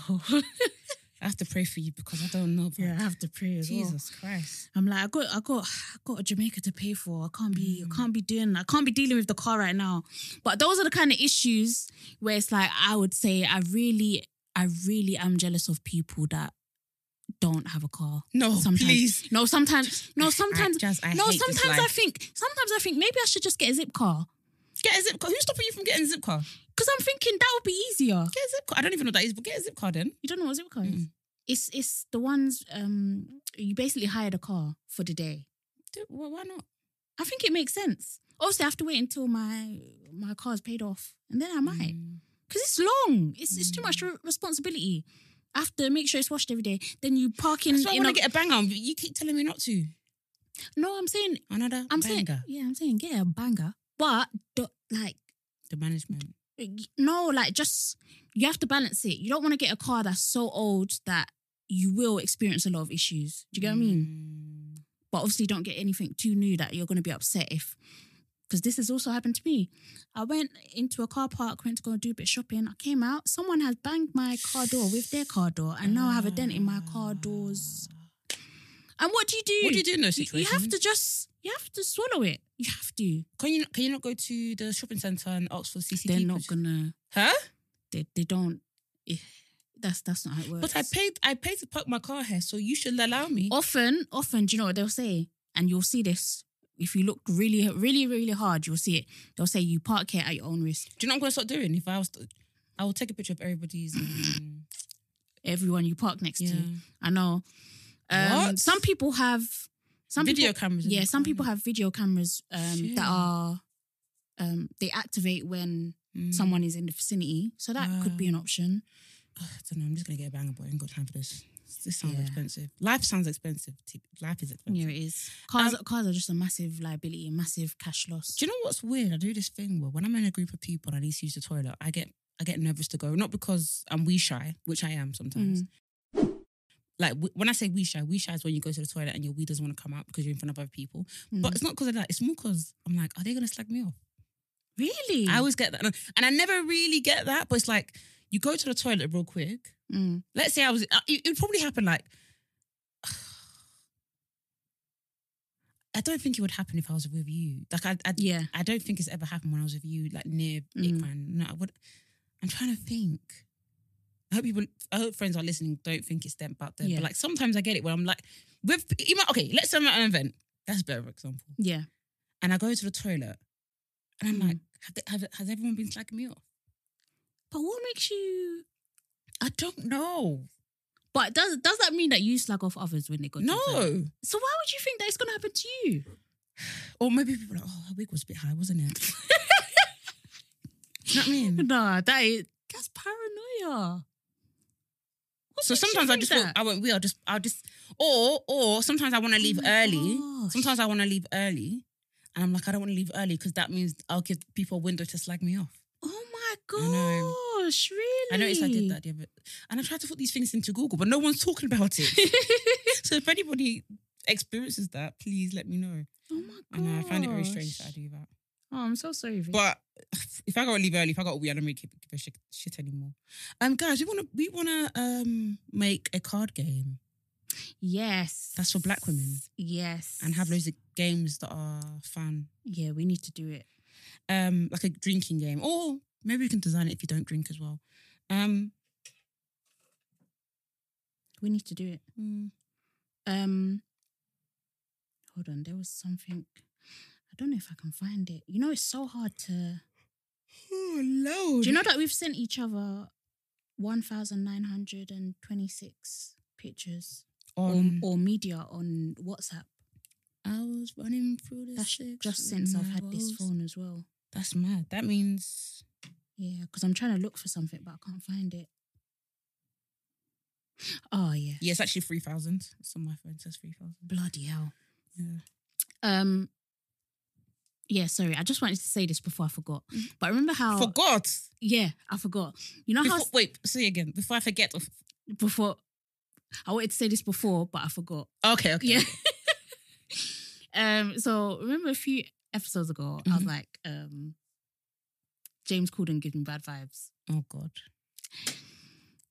I have to pray for you because I don't know. bro.
yeah i have to pray as well
Jesus Christ.
i'm like i got i got i got jamaica to pay for i can't be
Mm.
i can't be doing i can't be dealing with the car right now but those are the kind of issues where it's like i would say i really i really am jealous of people that don't have a car
No,
sometimes
please.
no sometimes no sometimes
I just, I
no,
hate this
sometimes I
life.
think sometimes I think maybe I should just get a zip car
Get a zip card. Who's stopping you from getting a zip card?
because I'm thinking that would be easier.
Get a zip card. I don't even know what that is, but get a zip card then.
You don't know what a zip car
Mm.
is? It's it's the ones um you basically hire the car for the day.
Dude, wh- why not?
I think it makes sense. Obviously, I have to wait until my my car's paid off, and then I might
Mm.
because it's long. It's it's too much re- responsibility. I have to make sure it's washed every day. Then you park in.
That's why I
in
want to
a-
get a banger. but You keep telling me not to.
no, I'm saying
Another
I'm
banger.
saying yeah, I'm saying get a banger, but do, like
the management.
no, like just you have to balance it. You don't want to get a car that's so old that you will experience a lot of issues. Do you get what I mean?
Mm.
But obviously, don't get anything too new that you're going to be upset if. Because this has also happened to me. I went into a car park, went to go and do a bit of shopping. I came out, someone has banged my car door with their car door, and now I have a dent in my car doors. And what do you do?
Ah. What do you do in those
You- You have
situations?
to just, you have to swallow it. You have to.
Can you not, can you not go to the shopping centre and ask for CCTV?
They're not
footage?
gonna.
Huh?
They, they don't. eh, That's that's not how it works.
But I paid I paid to park my car here, so you should allow me.
Oh. often, often, do you know what they'll say? And you'll see this if you look really, really, really hard. You'll see it. They'll say you park here at your own risk.
Do you know what I'm going to start doing? If I was, to, I will take a picture of everybody's.
[clears throat]
Um,
Everyone you park next to.
yeah.
I know. Um,
What?
Some people have some
Video
people,
cameras in
Yeah,
the
some
car,
people
innit?
have video cameras um,
Shit.
that are um, they activate when
Mm.
someone is in the vicinity. So that could be an option.
Ugh, I don't know. I'm just going to get a banger, boy. I ain't got time for this. This sounds
Yeah.
expensive. Life sounds expensive. T- Life is expensive.
Yeah, it is. Um Cars, cars are just a massive liability, a massive cash loss.
Do you know what's weird? I do this thing where when I'm in a group of people and I need to use the toilet, I get I get nervous to go. Not because I'm wee shy, which I am sometimes. Like w- when I say wee shy, wee shy is when you go to the toilet and your wee doesn't want to come out because you're in front of other people. But it's not because of that. It's more because I'm like, are they gonna slag me off?
really?
I always get that, and I- and I never really get that. But it's like you go to the toilet real quick.
Mm.
Let's say I was, uh, it it would probably happen like. [sighs] I don't think it would happen if I was with you. Like I, I
Yeah.
I don't think it's ever happened when I was with you, like near
Mm.
Ikran. No, I would. I'm trying to think. I hope people, I hope friends are listening. Don't think it's them about them.
Yeah.
But like sometimes I get it where I'm like, with even okay, let's say I'm at an event. That's a better example.
Yeah.
And I go to the toilet, and I'm
Mm.
like, have, they, have has everyone been slagging me off?
But what makes you?
I don't know.
But does does that mean that you slag off others when they go? to the toilet?
No.
So why would you think that it's gonna happen to you?
Or maybe people are like, oh, her wig was a bit high, wasn't it? [laughs]
[laughs]
Do you know what I mean?
Nah, that is that's paranoia. What
So
makes you
sometimes I
think
just feel,
that? Oh
I won't. We are just. I'll just. Or or sometimes I want to leave
my
early.
gosh.
Sometimes I want to leave early, and I'm like, I don't want to leave early because that means I'll give people a window to slag me off.
Oh my
know.
gosh, really?
I noticed I did that the other, and I tried to put these things into Google, but no one's talking about it.
[laughs]
so if anybody experiences that, please let me know.
[laughs] oh my gosh.
I know I find it very strange that I do that.
Oh, I'm so sorry. Vic.
But if I gotta leave early, if I gotta wee, I don't really give, give a shit, shit anymore. Um, guys, we wanna we wanna um make a card game
yes.
That's for black women.
Yes.
and have loads of games that are fun.
Yeah, we need to do it.
Um, like a drinking game, or maybe we can design it if you don't drink as well. Um,
We need to do it.
mm,
Um, hold on, there was something. I don't know if I can find it. You know, it's so hard to.
oh lord!
Do you know that we've sent each other one thousand nine hundred and twenty-six pictures
on
Um, or, or media on WhatsApp?
um, I was running through the
That's
six
just
with
since I've
my
had this
woes.
phone as well.
That's mad. That means
Yeah, because I'm trying to look for something, but I can't find it. Oh yeah,
yeah, it's actually three thousand. It's on my phone. It says three thousand.
bloody hell.
Yeah.
Um. Yeah, sorry. I just wanted to say this before I forgot. But remember how?
Mm-hmm. Forgot.
Yeah, I forgot. Oh. You know
Before,
how?
wait, say again. Before I forget. of-
Before, I wanted to say this before, but I forgot.
Okay. Okay.
Yeah. [laughs] um. So remember a few episodes ago, I
Mm-hmm.
was like, um, James Corden gives me bad vibes,
Oh God.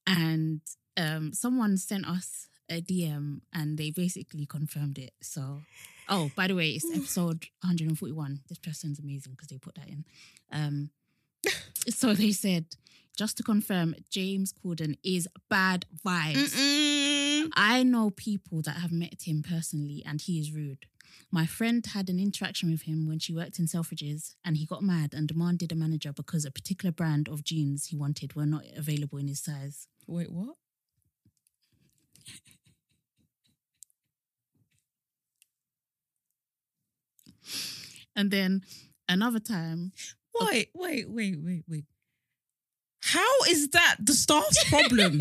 and um, someone sent us a DM, and they basically confirmed it. So, oh, by the way,
[sighs]
it's episode 141. This person's amazing because they put that in.
[laughs]
Um. So they said, just to confirm, James Corden is bad vibes. I know people that have met him personally and he is rude. My friend had an interaction with him when she worked in Selfridges and he got mad and demanded a manager because a particular brand of jeans he wanted were not available in his size.
Wait, what?
And then another time,
Wait, wait, wait, wait, wait. How is that the [laughs] staff's problem?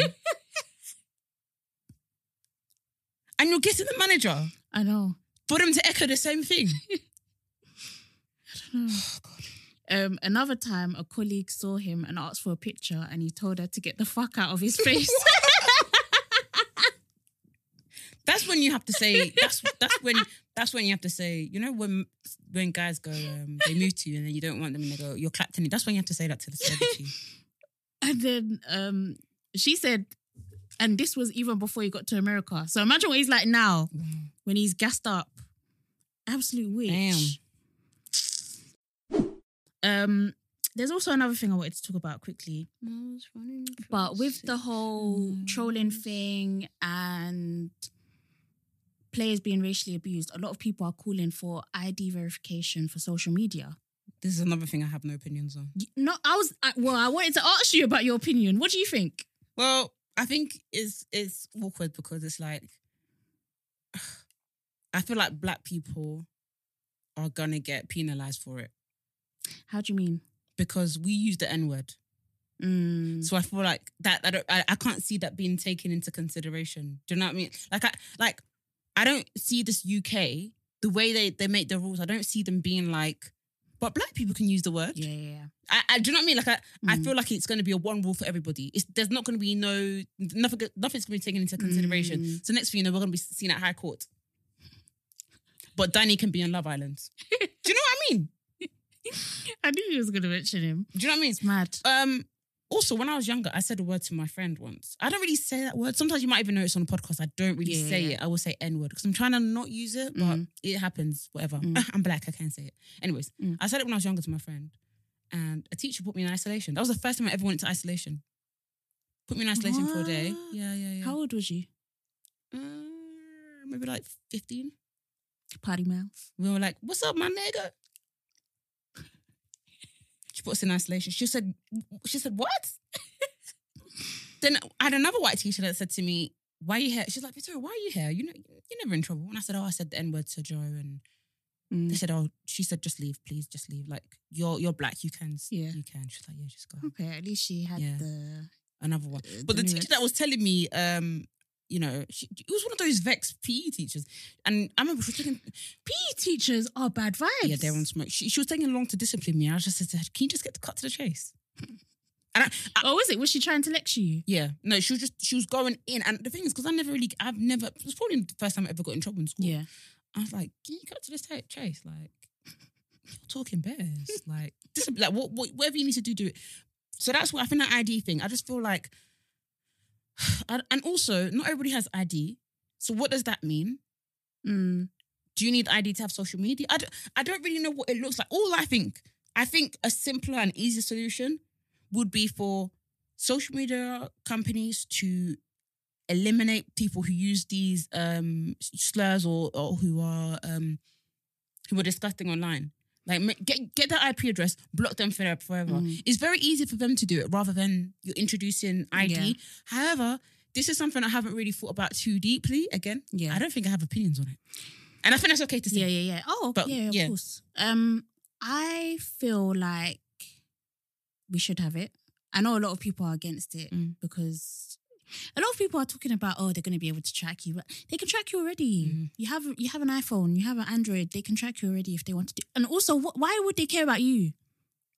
and you're getting the manager
I know, [sighs]
for them to echo the same thing.
um, another time a colleague saw him and asked for a picture and he told her to get the fuck out of his face.
That's when you have to say. That's that's when that's when you have to say. You know when when guys go, um, they move to you and then you don't want them and they go, you're clapping. That's when you have to say that to the [laughs] celebrity.
And then um, she said, and this was even before he got to America. So imagine what he's like now when he's gassed up. Absolute witch.
Damn.
Um, there's also another thing I wanted to talk about quickly. But with the whole trolling thing and players being racially abused, a lot of people are calling for ID verification for social media.
This is another thing I have no opinions on.
You- No, I was I, well. I wanted to ask you about your opinion. What do you think?
Well, I think it's it's awkward because it's like [sighs] I feel like black people are gonna get penalized for it
How do you mean?
because we use the N word.
[laughs] Mm.
So I feel like that I don't I, I can't see that being taken into consideration. Do you know what I mean? Like I like I don't see this UK the way they they make the rules. I don't see them being like, but black people can use the word.
Yeah, yeah, yeah.
I, I do you know what I mean. Like I, I
Mm.
feel like it's going to be a one rule for everybody. It's, there's not going to be no nothing. Nothing's going to be taken into consideration.
Mm.
So next thing you know, we're going to be seen at High Court. But Danny can be on Love
[laughs]
Island. do you know what I mean?
I knew you was gonna mention him.
Do you know what I mean?
It's mad.
Um. Also, when I was younger, I said a word to my friend once. I don't really say that word. Sometimes you might even notice on the podcast. I don't really
Yeah,
say
yeah.
it. I will say N word because I'm trying to not use it, but
Mhm.
it happens. Whatever.
Mm.
[laughs] I'm black. I can say it. Anyways,
Mm.
I said it when I was younger to my friend, and a teacher put me in isolation. That was the first time I ever went to isolation. Put me in isolation for a day.
What?
Yeah, yeah, yeah.
How old was you?
Uh, maybe like 15.
Potty mouth.
We were like, "What's up, my nigga?" She put us in isolation. She said, "She said what?" [laughs] then I had another white teacher that said to me, "Why are you here?" She's like, "Victoria, why are you here? You know, you're never in trouble." And I said, "Oh, I said the n word to Joe," and
Mm. [laughs]
they said, "Oh, she said just leave, please, just leave. Like you're you're black, you can,
Yeah.
you can." She's like, "Yeah, just go."
Okay, at least she had
Yeah.
the
another one.
Uh,
But the
the
teacher that was
nuance.
telling me, um, you know, she, it was one of those vex PE teachers, and I remember she was E taking
PE teachers are bad vibes.
yeah, they're on smoke. She, she was taking long to discipline me. and I just said, to her, "Can you just get to cut to the chase?" And I, I,
Oh, was it? Was she trying to lecture you?
yeah, no, she was just she was going in, and the thing is, because I never really, I've never, it was probably the first time I ever got in trouble in school. I was like, can you cut to this ta- chase? Like, you're talking bears. like, dis- like what, what, whatever you need to do, do it. So that's what I think that ID thing. I just feel like, [sighs] and and also, not everybody has ID. So what does that mean?
Mm.
Do you need ID to have social media? I don't, I don't really know what it looks like. All I think, I think a simpler and easier solution would be for social media companies to eliminate people who use these um, slurs or, or who are um, who are disgusting online. Like ma- get get their IP address, block them for forever.
Mm.
It's very easy for them to do it rather than you're introducing ID.
Yeah.
However, this is something I haven't really thought about too deeply. Again,
Yeah.
I don't think I have opinions on it, and I think that's okay to say.
Yeah, yeah, yeah. Oh,
But,
yeah, of
yeah.
course. Um, I feel like we should have it. I know a lot of people are against it
Mm.
because a lot of people are talking about oh they're going to be able to track you, but they can track you already.
Mhm.
You have you have an iPhone, you have an Android, they can track you already if they want to. do And also, wh- why would they care about you?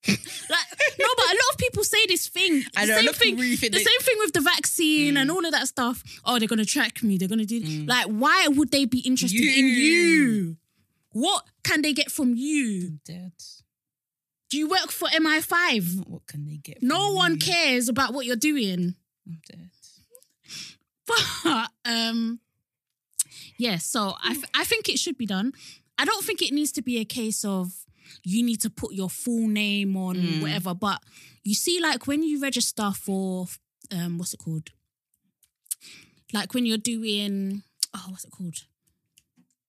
[laughs] like no, but a lot of people say this thing.
[laughs] I
the
know, a
same
lot of people
thing.
really think
the
they-
same thing with the vaccine and all of that stuff. Oh, they're gonna track me. They're gonna do like. Why would they be interested in you? What can they get from you?
Dead.
Do you work for MI5?
What can they get?
No
from
one
you?
cares about what you're doing.
I'm dead.
But um yeah, so I, f- I think it should be done. I don't think it needs to be a case of you need to put your full name on
Mm.
whatever, but you see like when you register for um what's it called? Like when you're doing oh what's it called?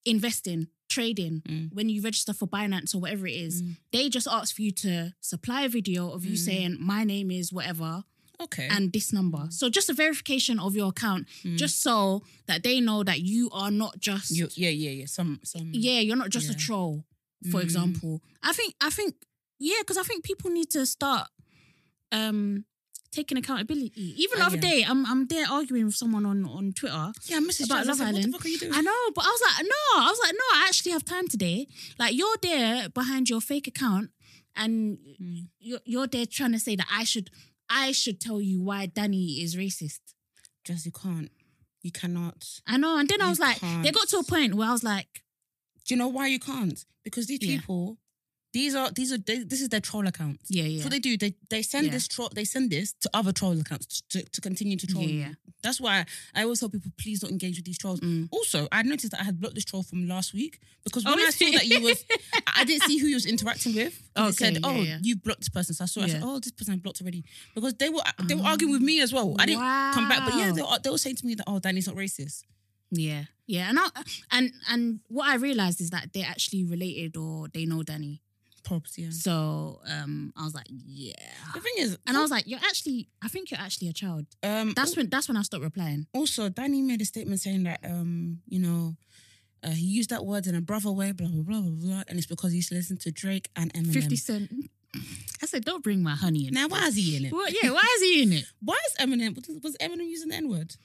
Investing, trading,
Mm.
when you register for Binance or whatever it is,
Mm.
they just ask for you to supply a video of you
Mm.
saying, My name is whatever
Okay.
and this number. So just a verification of your account,
Mm.
just so that they know that you are not just
You- yeah, yeah, yeah. Some, some.
yeah, you're not just a
Yeah.
troll. For
Mm.
example, I think I think yeah, because I think people need to start um taking accountability. Even the
Uh,
other
yeah.
day, I'm I'm there arguing with someone on on Twitter.
Yeah, I messaged her, I
About
was
Love
like,
Island.
What the fuck are you doing?
I know, but I was like, no, I was like, no, I actually have time today. Like you're there behind your fake account, and
Mm.
you're you're there trying to say that I should I should tell you why Danny is racist.
Jazz, you can't. You cannot.
I know. And then I
You
was like, they got to a
can't.
point where I was like,
Do you know why you can't? Because these
Yeah.
people, these are these are they, this is their troll account.
yeah,
So
yeah.
what they do, they they send
Yeah.
this troll, they send this to other troll accounts to, to continue to troll.
Yeah,
you.
yeah.
That's why I always tell people, please don't engage with these trolls.
Mm.
Also, I noticed that I had blocked this troll from last week because when
Oh,
I
is
saw
it?
that you
[laughs]
was, I I didn't see who you was interacting with. Okay, it
Okay,
said,
yeah,
oh,
yeah.
you blocked this person. So I saw, I
Yeah. Oh.
said, oh, this person I blocked already because they were they were arguing with me as well. I didn't come back, but yeah, they were, they were saying to me that oh, Danny's not racist.
yeah, yeah. And I, and and what I realized is that they're actually related or they know Danny.
Probably, yeah.
So um, I was like, yeah.
The thing is,
And I was like, you're actually, I think you're actually a child.
um,
That's when that's when I stopped replying.
also Danny made a statement saying that um, you know, uh, he used that word in a brother way, blah blah blah blah blah, and it's because he used to listen to Drake and Eminem.
Fifty Cent. I said, don't bring my honey in.
Now why is he in it?
Well, yeah, why is he in it?
Why is Eminem? was- Was Eminem using the N word?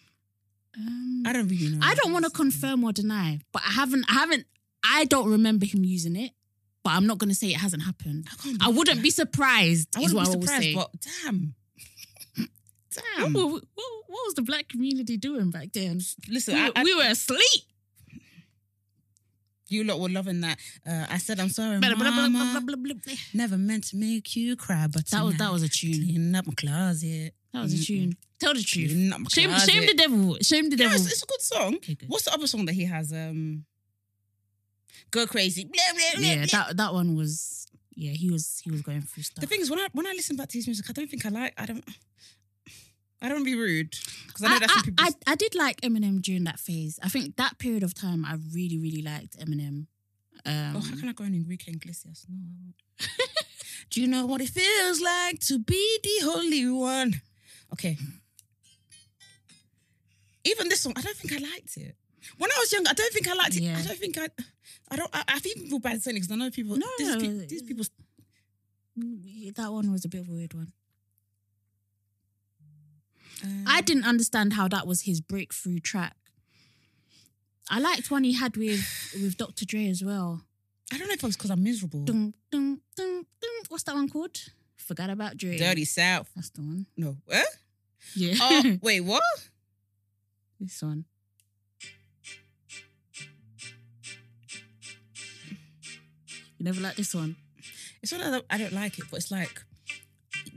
Um,
I don't really know.
I don't want to confirm or deny, but I haven't, I haven't, I don't remember him using it. But I'm not going to say it hasn't happened.
I, can't
I
believe
wouldn't
that.
be surprised.
I
is what
wouldn't
I
be
will
surprised,
say.
but damn, damn.
What, what, what was the black community doing back then?
Listen,
We,
I,
were-
I,
we were asleep.
you lot were loving that. Uh, I said I'm sorry,
Blah, blah, blah, blah,
Mama.
blah, blah, blah, blah.
Never meant to make you cry, but
That was that
tonight,
was a tune.
cleaning up my closet.
That was a
Mm-mm.
tune. Tell the truth.
Cleaning up my
Shame,
closet.
shame the devil. Shame the
Yeah,
devil.
it's, it's a good song.
Okay, good.
What's the other song that he has? Um, Go crazy. Blah, blah, blah,
Yeah,
blah.
that that one was. Yeah, he was he was going through stuff.
The thing is, when I when I listen back to his music, I don't think I like. I don't. I don't be rude because I know
I,
that's some
I,
people's.
I- I did like Eminem during that phase. I think that period of time, I really really liked Eminem. Um,
oh, how can I go in Enrique Iglesias? No. I won't.
[laughs]
Do you know what it feels like to be the holy one? Okay. Even this song, I don't think I liked it. When I was young, I don't think I liked it.
Yeah.
I don't think I. I don't. I, I feel people bad saying because I know people.
No,
these,
no,
pe-
no.
these people
Mm, That one was a bit of a weird one.
Um,
I didn't understand how that was his breakthrough track. I liked one he had with with Dr. Dre as well.
I don't know if it was because I'm miserable.
Dun, dun, dun, dun. What's that one called? Forgot about Dre.
Dirty South.
That's the one.
No. Eh? [laughs]
Yeah.
Oh, wait, what?
[laughs] this one. You never like this one.
It's not that I don't like it, but it's like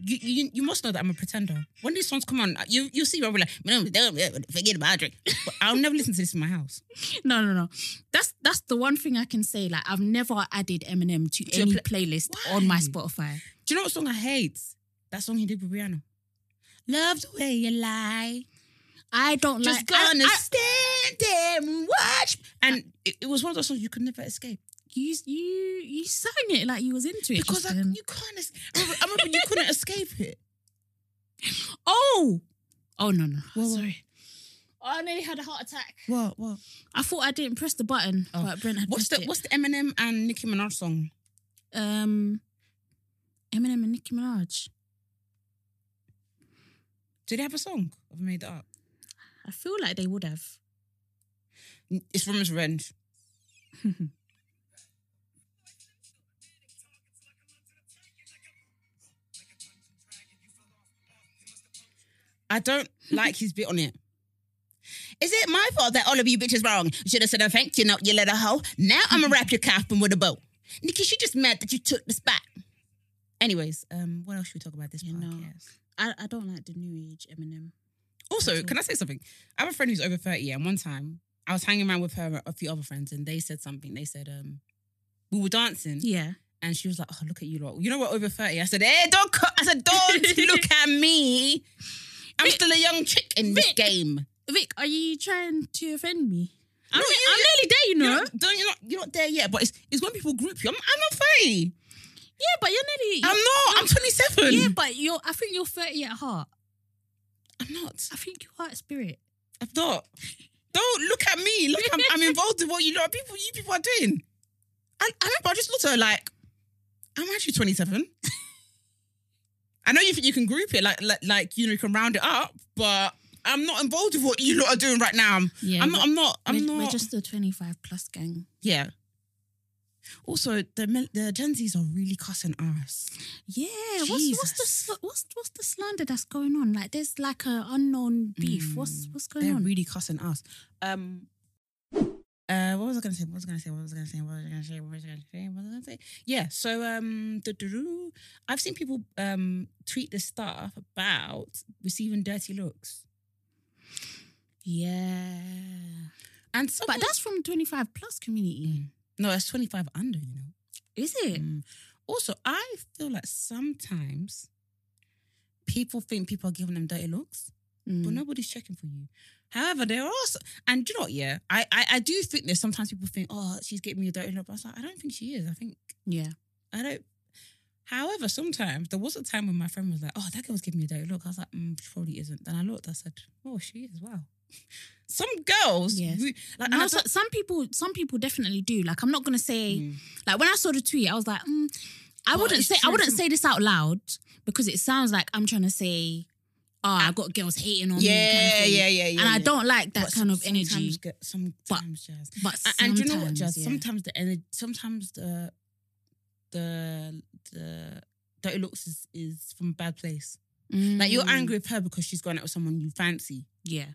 you you, you must know that I'm a pretender. When these songs come on, you you see, I'll be like, "Mm, "No, no, no, forget about [laughs] Drake. But I'll never listen to this in my house.
No, no, no. That's that's the one thing I can say. Like I've never added Eminem to,
your
any
pla-
playlist on my
Why?
Spotify.
Do you know what song I hate? That song he did with Rihanna. Love the way you lie.
I don't
Just
like.
gonna
I, I,
stand there and watch. And it, it was one of those songs you could never escape
you you you sang it like you was into it.
because I,
Justin.
you can't. es- I remember, I remember you [laughs] couldn't escape it.
oh oh no no
Whoa, whoa.
sorry. Oh, I nearly had a heart attack.
What? What?
I thought I didn't press the button,
Oh.
but Brent had
What's the
pressed it.
What's the Eminem and Nicki Minaj song?
um Eminem and Nicki Minaj?
Do they have a song? I've made that up.
I feel like they would have.
It's from his revenge. I don't like his bit on it. Is it my fault that all of you bitches wrong? You should have said, I thank you, not you little hoe. Now I'm gonna wrap your coffin with a bow. Nikki, she just mad that you took the spot. Anyways, um, what else should we talk about this
You
podcast?
know. I, I don't like the new age Eminem.
Also, can I say something? I have a friend who's over 30, and one time I was hanging around with her and a few other friends, and they said something. They said, um, we were dancing,
Yeah.
and she was like, Oh, look at you lot. You know what, over 30? I said, Hey, don't co-. I said,
[laughs]
Don't look at me. I'm still a young chick in this
Vic,
game.
Vic, are you trying to offend me? I'm,
No, you-
I'm
you-
nearly there, you know.
You're not, don't, you're, not, you're not there yet, but it's, it's when people group you. I'm, I'm not 30.
yeah, but you're nearly.
I'm not. I'm 27. [clears throat]
yeah, but you're. I think you're 30 at heart.
I'm not.
I think you are at spirit.
I'm not. Don't look at me. Look, I'm, I'm involved in what you know. People, you people are doing. I, I remember I just looked at her like, I'm actually 27. [laughs] I know you think you can group it like, like, like you know, you can round it up, but I'm not involved with what you lot are doing right now. I'm,
Yeah,
I'm not. I'm not. I'm
we're,
not.
we're just a 25 plus gang.
yeah. Also, the men- the Gen Zs are really cussing us.
Yeah, what's what's the
Jesus.
sl- what's what's the slander that's going on? Like, there's like a unknown beef. What's what's going
Mm. They're
on?
really cussing us. Um, uh, what was I gonna say? What was I gonna say? What was I gonna say? What was I gonna say? What was I gonna say? What was I gonna say? Yeah. So um, doo-doo-doo. I've seen people um tweet this stuff about receiving dirty looks,
yeah,
and some
but that's from 25 plus community,
no, that's twenty five under. You know.
is it?
Mm. Also, I feel like sometimes people think people are giving them dirty looks. but
Mm.
nobody's checking for you. However, there are, s- and do you know what? Yeah, I, I, I do think there's sometimes people think, oh, she's getting me a dirty look. But I was like, I don't think she is. I think
Yeah,
I don't. However, sometimes there was a time when my friend was like, oh, that girl's giving me a dirty look. I was like, mm, she probably isn't. Then I looked, I said, oh, she is. Wow. [laughs] Some girls,
Yes.
we- like, and I
no,
was
so,
like,
some people some people definitely do. Like, I'm not gonna say.
Mm.
Like when I saw the tweet, I was like, mm, I
Well,
wouldn't
it's
say I
true.
wouldn't
Some-
say this out loud because it sounds like I'm trying to say, oh, I got girls hating on me. kind
Ah, yeah,
of thing.
yeah, yeah, yeah.
and I
yeah.
don't like that
But
kind of
sometimes
energy.
get- Sometimes, jazz.
But
A- and do you know what, Jazz?
sometimes, yeah.
Sometimes the energy, sometimes the the the dirty looks is, is from a bad place. Like you're
Mm,
angry with her because she's gone out with someone you fancy,
Yeah,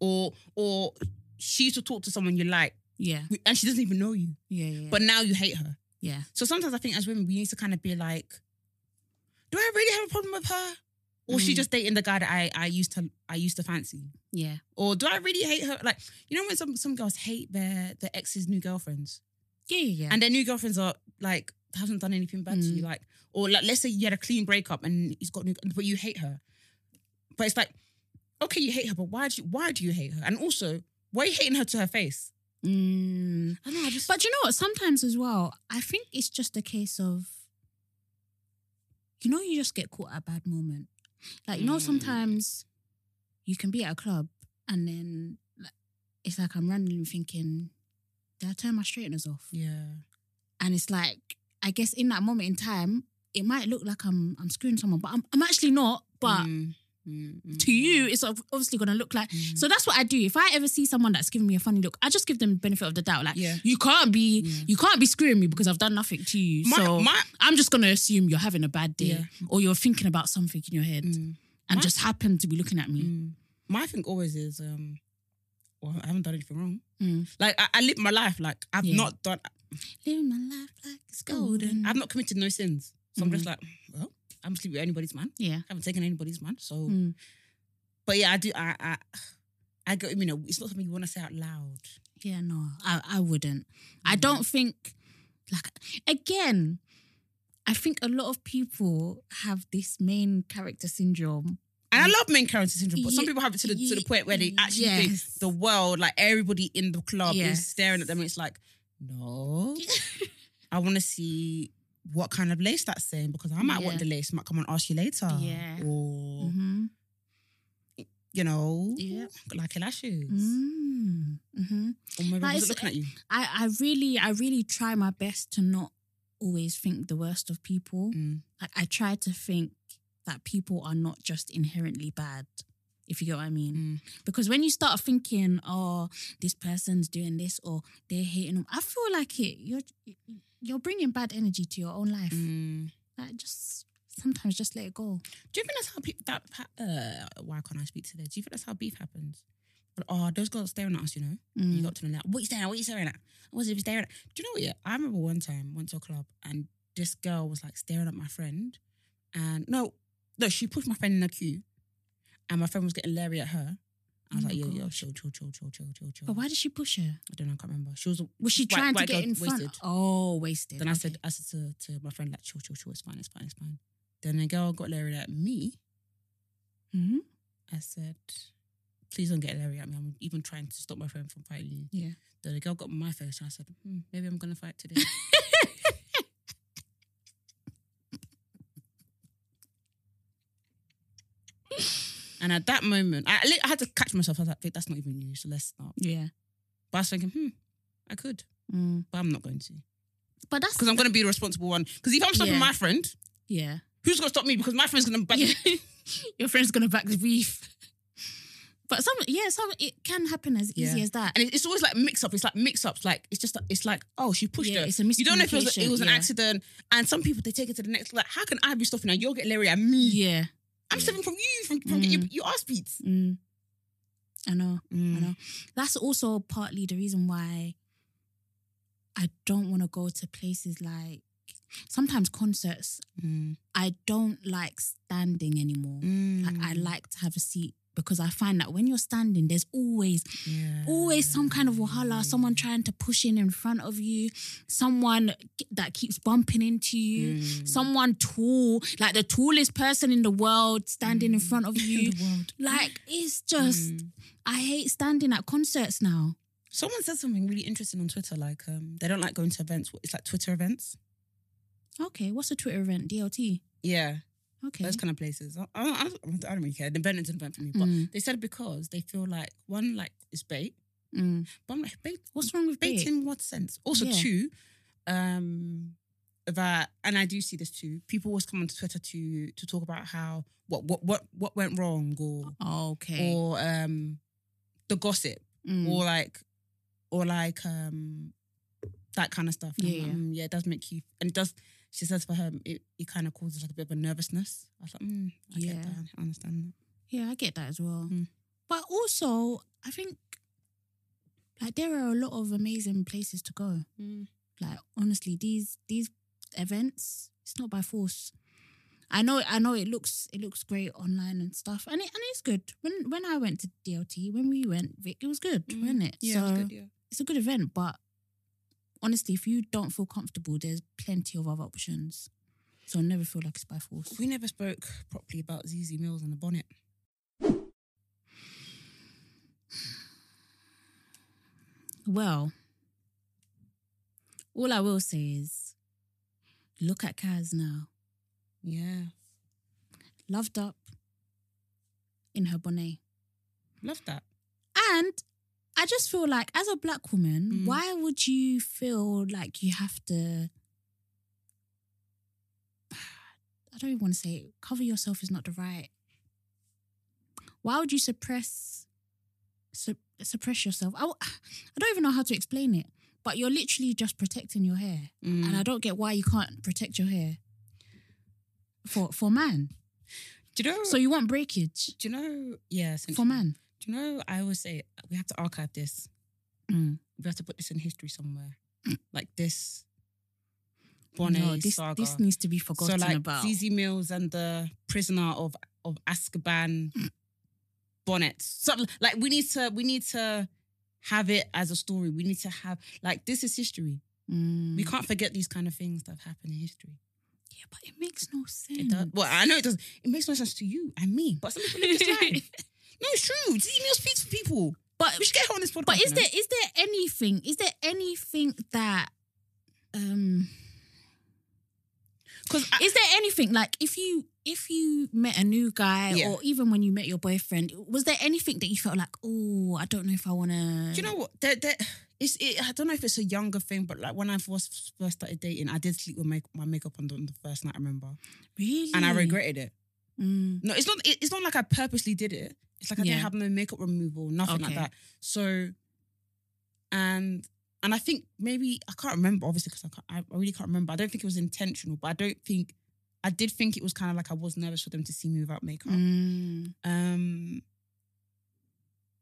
or or she used to talk to someone you like,
yeah,
and she doesn't even know you,
yeah, yeah.
but now you hate her.
yeah,
So sometimes I think as women we need to kind of be like, do I really have a problem with her, or she
Mm.
just dating the guy that I I used to I used to fancy,
yeah,
or do I really hate her? Like you know when some some girls hate their their ex's new girlfriends.
yeah, yeah, yeah.
and their new girlfriends are like hasn't done anything bad to you like or like let's say you had a clean breakup and he's got new but you hate her but it's like okay you hate her but why do you, why do you hate her and also why are you hating her to her face
Mm.
I don't know I just
But you know what? Sometimes as well, I think it's just a case of, you know, you just get caught at a bad moment. Like you know,
Mm.
sometimes you can be at a club and then like, it's like I'm randomly thinking, did I turn my straighteners off?
yeah
And it's like I guess in that moment in time, it might look like I'm I'm screwing someone, but I'm I'm actually not. But
Mm.
to you, it's ob- obviously going to look like. So that's what I do. If I ever see someone that's giving me a funny look, I just give them the benefit of the doubt. Like,
Yeah.
you can't be, you can't be screwing me because I've done nothing to you.
My-
so
my-
I'm just going to assume you're having a bad day
Yeah. Mm.
or you're thinking about something in your head and
My-
just happen to be looking at me.
mm. My thing always is, um, well, I haven't done anything wrong.
Mm.
Like I, I live my life. Like I've
Yeah.
not done.
Living my life like it's golden. Mm.
I've not committed no sins. So I'm just like, "Mm, well, I'm sleeping with anybody's man.
yeah.
I haven't taken anybody's man. So,
Mm.
but yeah, I do. I, I, I go. You know, it's not something you want to say out loud.
Yeah, no, I, I wouldn't. I don't think, like, again, I think a lot of people have this main character syndrome.
And I love main character syndrome, but some
Ye-
people have it to the, to the
ye-
point where they actually think
yes.
the world, like everybody in the club, is
Yes.
staring at them. It's like,
[laughs]
no, I want to see what kind of lace that's saying because I might want the
Yeah.
lace. Might come and ask you later.
Yeah.
Or
Mm-hmm.
you know,
Yeah.
like your lashes.
Mm-hmm.
Or maybe
Like,
I was
it's-
looking at you.
I, I really, I really try my best to not always think the worst of people.
Mm.
Like, I try to think that people are not just inherently bad, if you get what I mean.
Mm.
Because when you start thinking, oh, this person's doing this or they're hating them, I feel like it. You're you're bringing bad energy to your own life.
Mm.
Like just sometimes just let it go.
Do you think that's how people? That, uh, why can't I speak today? Do you think that's how beef happens? But, oh, those girls staring at us, you know.
Mm.
You got to know that. What you staring at? What you staring at? What you staring at? Do you know what? Yeah, I remember one time went to a club and this girl was like staring at my friend, and no, no, she pushed my friend in the queue, and my friend was getting leery at her. I was
Oh
like,
my
yo, yo,
gosh.
chill, chill, chill, chill, chill, chill, chill.
But why did she push her?
I don't know. I can't remember. She was a,
Was she
white-
trying
white
to get
girl,
in front?
wasted.
Oh, wasted.
Then I said,
Okay.
I said to, to my friend, like, chill, chill, chill, it's fine, it's fine, it's fine. Then the girl got leery at me.
Mhm.
I said, please don't get leery at me. I'm even trying to stop my friend from fighting you.
yeah.
Then the girl got my face and I said, hmm, maybe I'm going to fight
[laughs]
today. and at that moment, I, li- I had to catch myself. I was like, "Vic, that's not even you, so let's stop.
Yeah.
But I was thinking, hmm, I could,
Mm.
but I'm not going to.
But that's
Because I'm going to be the responsible one. Because if I'm stopping
Yeah.
my friend,
yeah.
who's going to stop me? Because my friend's going to back
Yeah. [laughs] Your friend's gonna back the beef. But some yeah, some it can happen as easy
Yeah.
as that.
And it- it's always like mix up. It's like mix ups. Like it's just it's like oh she pushed
Yeah,
her.
it's a
you don't know if it was, it
miscommunication,
was an
yeah.
accident. And some people they take it to the next. Like how can I be stopping and you'll get Larry at me?
yeah.
I'm stepping from you from, from
Mm.
your, your ass beats.
Mm. I know. I
Mm.
know. That's also partly the reason why I don't want to go to places like sometimes concerts. I don't like standing anymore. Like I like to have a seat because I find that when you're standing, there's always always some kind of wahala, someone trying to push in in front of you, someone k- that keeps bumping into you, someone tall, like the tallest person in the world standing in front of you. Like it's just
Mm.
I hate standing at concerts now.
Someone said something really interesting on Twitter. Like um they don't like going to events. It's like Twitter events.
Okay, what's a Twitter event? DLT.
Yeah.
Okay.
those kind of places. I, I, I don't I don't really care. The event is an event for me, but
Mm.
they said because they feel like one like is bait,
Mm.
but I'm like bait.
What's wrong with
bait
bait?
in what sense? Also,
Yeah.
two, um, that and I do see this too. People always come onto Twitter to to talk about how what what what what went wrong or
Okay.
or um the gossip
Mm.
or like or like um that kind of stuff. And I'm
Yeah,
like,
yeah.
"Mm, yeah, it does make you and it does. She says for her, it, it kind of causes like a bit of a nervousness. I was like, mm, I
Yeah.
get that, I understand
yeah, I get that as well.
Mm.
But also, I think like there are a lot of amazing places to go.
that.
Like honestly, these these events, it's not by force. I know, I know. It looks it looks great online and stuff, and it and it's good. When when I went to DLT, when we went, Vic, it was good, wasn't it?
Mm. Yeah,
So-
it's good. Yeah,
it's a good event, but honestly, if you don't feel comfortable, there's plenty of other options. So I never feel like it's by force.
we never spoke properly about ZZ Mills and the bonnet.
Well, all I will say is look at Kaz now,
Yeah,
loved up in her bonnet.
love that.
And I just feel like, as a black woman,
Mm.
why would you feel like you have to? [sighs] I don't even want to say it. cover yourself is not the right why would you suppress sup- suppress yourself? I, w- [sighs] I don't even know how to explain it, but you're literally just protecting your hair,
Mm.
and I don't get why you can't protect your hair for for man.
Do you know?
So you want breakage
do you know? Yeah,
for
essentially.
man?
Do Mm. you know? I always say we have to archive this.
Mm.
We have to put this in history somewhere, like this. Bonnet
no, this
saga.
this needs to be
so
forgotten
like
about.
Zizi Mills and the prisoner of of Azkaban
Mm.
Bonnet. Something like we need to we need to have it as a story. We need to have like this is history.
Mm.
We can't forget these kind of things that have happened in history.
Yeah, but it makes no sense.
It does. Well, I know it does. not It makes no sense to you and me, but some people live
[laughs]
this life. No, it's true. Zizi Mills speaks for people.
But
We should get her on this podcast.
But
you
is
know?
there is there anything? Is there anything that um
Because I,
is there anything like if you if you met a new guy
Yeah.
or even when you met your boyfriend, was there anything that you felt like, oh, I don't know if I wanna
do you know what? There, there, it's, it, I don't know if it's a younger thing, but like when I first first started dating, I did sleep with my, my makeup on the, on the first night. I remember,
really
and I regretted it.
Mm.
No, it's not. It, it's not like I purposely did it. It's like I
Yeah.
didn't have no makeup removal, nothing like
Okay.
that. So, and and I think maybe I can't remember obviously because I can't, I really can't remember. I don't think it was intentional, but I don't think I did think it was kind of like I was nervous for them to see me without makeup.
Mm.
Um.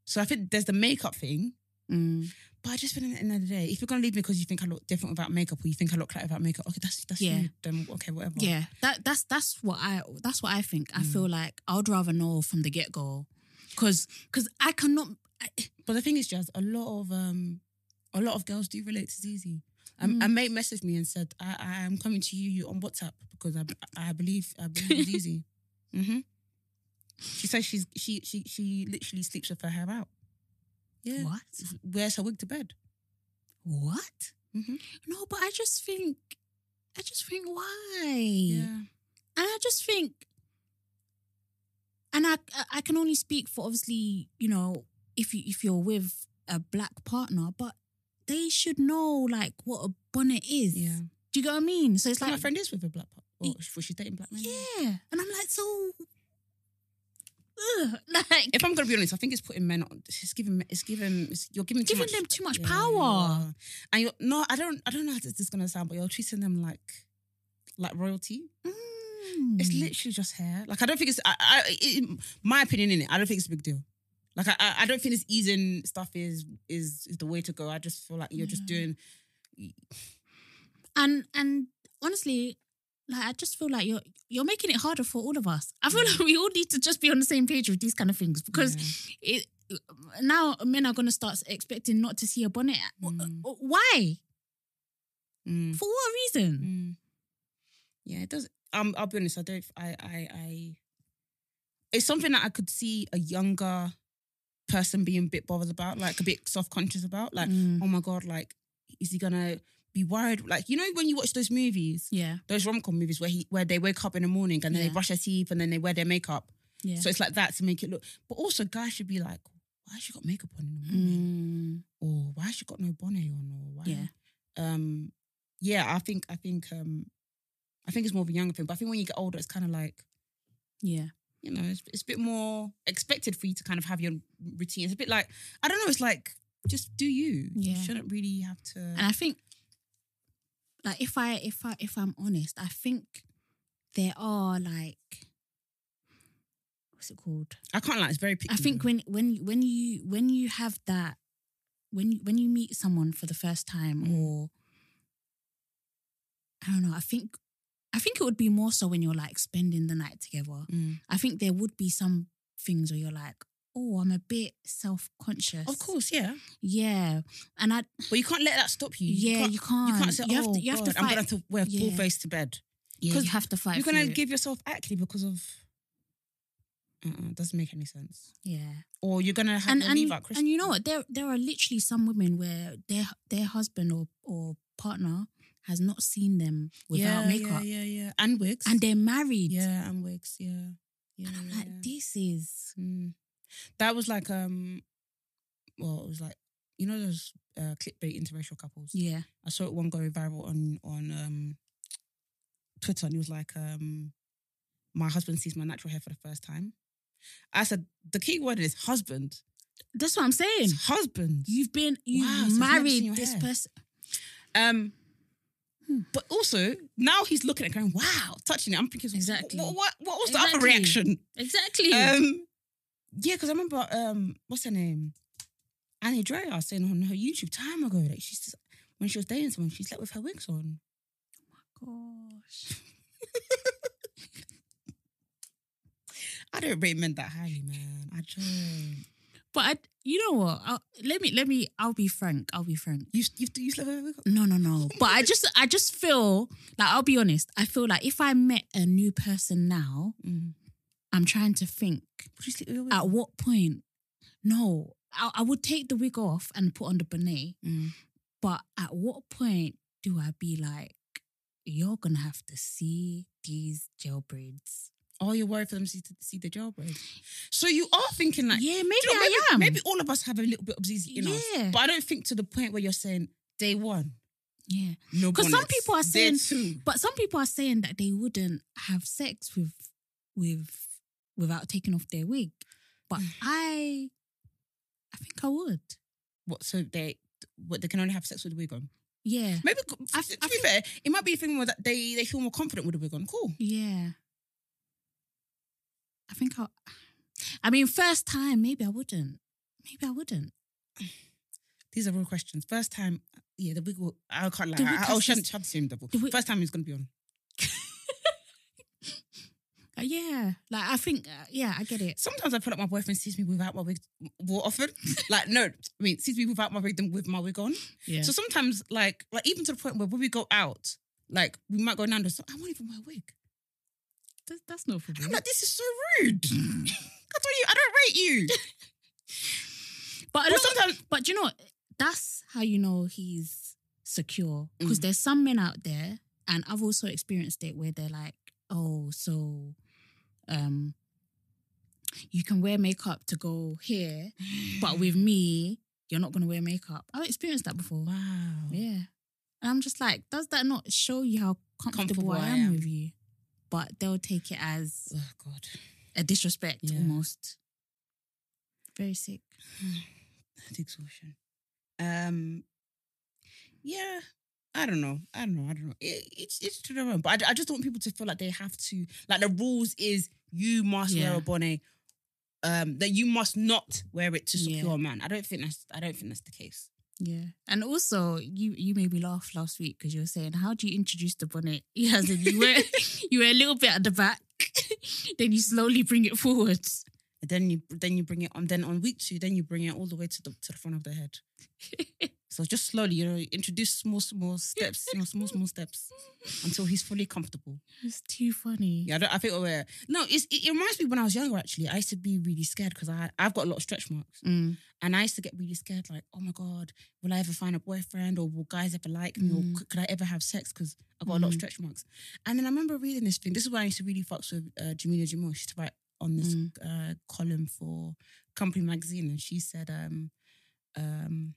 So I think there's the makeup thing,
Mm.
but I just feel at the end of the day, if you're gonna leave me because you think I look different without makeup or you think I look like without makeup, okay, that's that's
Yeah.
you. Then okay, whatever.
Yeah, that that's that's what I that's what I think. I
Mm.
feel like I'd rather know from the get go, because because I cannot. I,
But the thing is, Jazz, a lot of um, a lot of girls do relate to Zizi.
Mm.
Um, A mate messaged me and said, I, "I am coming to you on WhatsApp because I I believe I believe in
[laughs]
Zizi." hmm She says she's she she she literally sleeps with her hair out. Yeah,
What
wears her wig to bed.
what?
Mm-hmm.
No, but I just think, I just think why?
Yeah,
And I just think, and I I can only speak for obviously you know if you if you're with a black partner, but they should know like what a bonnet is.
yeah.
Do you get what I mean? So it's
Like,
like
my friend is with a black pop. Or was she dating black men?
yeah, and I'm like so. Ugh, [laughs] like
If I'm gonna be honest, I think it's putting men on. It's giving. It's giving. It's, you're giving.
Giving
too much,
them too much
Yeah, you
power.
are. And you're no. I don't. I don't know how this is gonna sound, but you're treating them like, like royalty.
mm.
It's literally just hair. Like I don't think it's. I, I it, my opinion in it. I don't think it's a big deal. Like I, I, I don't think this easing stuff is is is the way to go. I just feel like you're just doing.
and and honestly like i just feel like you're you're making it harder for all of us i feel
Mm.
like we all need to just be on the same page with these kind of things because it now men are going to start expecting not to see a bonnet
Mm.
why
Mm.
for what reason
Mm. Yeah, it does. Um, I'll be honest. I don't. I. I. I. It's something that I could see a younger person being a bit bothered about, like a bit self conscious about. Like,
Mm.
oh my god, like, is he gonna be worried? Like, you know, when you watch those movies,
yeah
those rom com movies where he where they wake up in the morning and then
Yeah.
they brush their teeth and then they wear their makeup.
yeah
So it's like that to make it look. But also, guys should be like, why has she got makeup on in the morning?
mm.
or why has she got no bonnet on or why
Yeah.
um yeah i think i think um i think it's more of a younger thing but i think when you get older it's kind of like
yeah
you know it's, it's a bit more expected for you to kind of have your routine it's a bit like i don't know it's like just do you
Yeah.
you shouldn't really have to
and i think like if i if i if i'm honest i think there are like what's it called
i can't like it's very
I think when when when you when you have that when you, when you meet someone for the first time
Mm.
or I don't know I think I think it would be more so when you're like spending the night together.
Mm.
I think there would be some things where you're like, "Oh, I'm a bit self-conscious."
of course yeah
Yeah. And I
but you can't let that stop you
yeah,
can't,
you can't.
you can't say
you have
oh
to you have
God,
to
i'm gonna
fight.
have to wear full
Yeah.
face to bed
yeah, you
'cause
have to fight.
you're gonna
for it.
give yourself acne because of uh-uh, doesn't make any sense
Yeah.
or you're gonna have
and
to
and,
leave out Christmas.
and you know what there there are literally some women where their their husband or or partner has not seen them without
yeah,
makeup
Yeah, yeah, yeah. And wigs.
and they're married
yeah, and wigs, yeah. Yeah.
and i'm
yeah,
like
yeah.
this is
Mm. That was like um well, it was like you know those uh, clickbait interracial couples.
yeah
I saw one going viral on on um Twitter and he was like, um, my husband sees my natural hair for the first time. I said the key word is husband.
That's what I'm saying.
It's husband.
You've been you
Wow, so
have
it's never seen your
married this
hair.
person.
Um, but also now he's looking at it going, wow, touching it. I'm thinking,
Exactly.
exactly. What what, what was the other
Exactly.
reaction?
Exactly.
Um, yeah, because I remember um, what's her name, Annie Dreyer saying on her YouTube time ago that she's just, when she was dating someone, she slept with her wigs on.
Gosh.
I don't rate men that highly, man. I don't.
But I, you know what? I'll, let me let me. I'll be frank. I'll be frank.
You you you slept with her wig on?
No, no, no. But I just I just feel like I'll be honest. I feel like if I met a new person now,
[laughs] Mm.
I'm trying to think
Would you sleep with her wig?
at what point. No, I, I would take the wig off and put on the bonnet.
Mm.
But at what point do I be like, you're gonna have to see these jailbirds?
Oh, you're worried for them to see, to see the jailbreak. So you are thinking like,
yeah, maybe
Do you know,
I am.
Maybe all of us have a little bit of ZZ in us.
Yeah.
But I don't think to the point where you're saying day one.
yeah.
No,
Because some
bonnets.
people are
Day
saying,
two.
but some people are saying that they wouldn't have sex with, with, without taking off their wig. But I, I think I would.
What? So they, what? They can only have sex with a wig on.
Yeah,
Maybe to
I- I
be
think-
fair, it might be a thing where that they they feel more confident with a wig on. Cool.
yeah. I think I. I mean, first time maybe I wouldn't. Maybe I wouldn't.
These are real questions. First time, yeah, the wig. Will, I can't
The
lie.
wig
I,
has
I'll
to-
shut shut him double.
the wig-
First time he's gonna be on.
Uh, yeah, like I think. Uh, yeah, I get it.
Sometimes I feel like my boyfriend sees me without my wig more
[laughs]
often. like no, I mean sees me without my wig than with my wig on.
Yeah.
So sometimes, like, like even to the point where when we go out, like we might go down to so I won't even wear a wig.
that's not for
I'm like, this is so rude. [laughs] I told you, I don't rate [laughs] you.
But
Well,
I don't-
sometimes,
But do you know, what? that's how you know he's secure.
Mm.
Because there's some men out there, and I've also experienced it where they're like, oh, so um you can wear makeup to go here,
[laughs]
but with me, you're not gonna wear makeup. I've experienced that before.
wow,
Yeah. And I'm just like, does that not show you how comfortable, I, am with you? But they'll take it as
oh god,
a disrespect
Yeah.
almost. Very sick.
that's exhaustion. Um, yeah, I don't know, I don't know, I don't know. It, it's it's to their own, but I, I just don't want people to feel like they have to. Like the rules is you must
Yeah.
wear a bonnet. Um, that you must not wear it to secure
Yeah.
a man. I don't think that's. I don't think that's the case.
Yeah, and also you you made me laugh last week because you were saying how do you introduce the bonnet? [laughs] Yeah, as in you were you were a little bit at the back, [laughs] then you slowly bring it forward.
And then you then you bring it on. Then on week two, then you bring it all the way to the to the front of the head. So just slowly, you know, introduce small, small steps, you know, small, small steps until he's fully comfortable.
it's too funny.
Yeah, I, don't, I think we're no. It's, it, it reminds me when I was younger. Actually, I used to be really scared because I I've got a lot of stretch marks,
Mm.
and I used to get really scared. Like, oh my god, will I ever find a boyfriend, or will guys ever like me, or c- could I ever have sex because I've got a lot of stretch marks? And then I remember reading this thing. This is why I used to really fucks with uh, Jamila Jamil. She used to write on this uh, column for Company Magazine, and she said, um, um,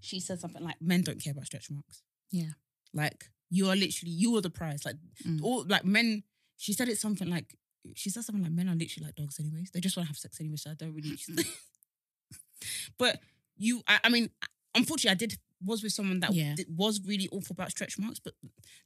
she said something like, "Men don't care about stretch marks."
Yeah.
Like you are literally you are the prize. Like
Mm.
all like men. She said it something like she said something like men are literally like dogs anyways. They just want to have sex anyway. So I don't
[laughs]
really. [laughs] but you, I, I mean, unfortunately, I did was with someone that
Yeah.
did- was really awful about stretch marks, but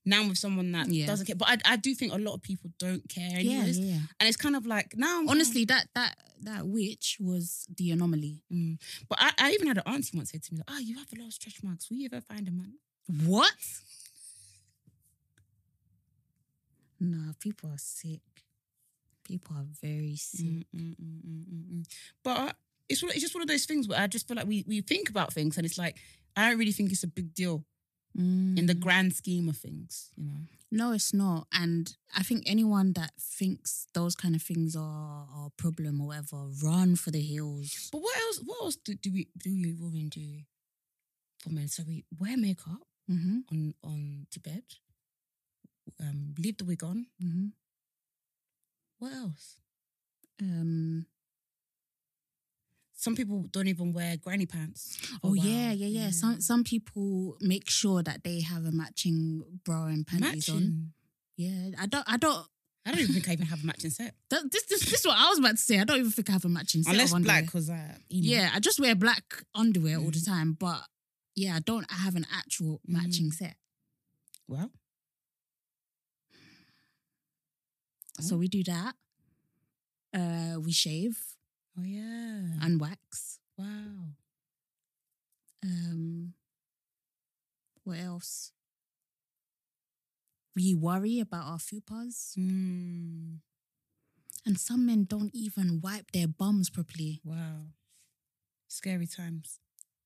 now I'm with someone that
Yeah.
doesn't care. But I, I do think a lot of people don't care
yeah,
anyways,
yeah.
and it's kind of like now I'm-
Honestly, that that that witch was the anomaly.
Mm. But I, I even had an auntie once say to me, like, "Oh, you have a lot of stretch marks. Will you ever find a man?"
What? Nah, people are sick. People are very sick.
Mm, mm, mm, mm, mm, mm. But uh, it's one- it's just one of those things where I just feel like we we think about things and it's like I don't really think it's a big deal in the
Mm.
grand scheme of things, you know.
No, it's not. And I think anyone that thinks those kind of things are are a problem or whatever, run for the hills.
But what else? What else do, do we do we women do for men? So we wear makeup
Mm-hmm.
on on to bed, um, leave the wig on.
Mm-hmm.
What else?
Um,
Some people don't even wear granny pants.
oh
wow.
yeah, yeah, yeah, Some some people make sure that they have a matching bra and panties on.
matching.
Yeah, I don't. I don't.
I don't even think I even have a matching
[laughs]
set.
That- this, this, this is what I was about to say. I don't even think I have a matching set
Unless
of underwear.
black, because I. emo. Mm.
Yeah, I just wear black underwear all the time, but yeah, I don't have an actual matching set.
Well, Oh.
So we do that. Uh, we shave
oh yeah.
and wax.
Wow.
Um, what else? We worry about our fupas,
Mm,
and some men don't even wipe their bums properly.
wow. Scary times.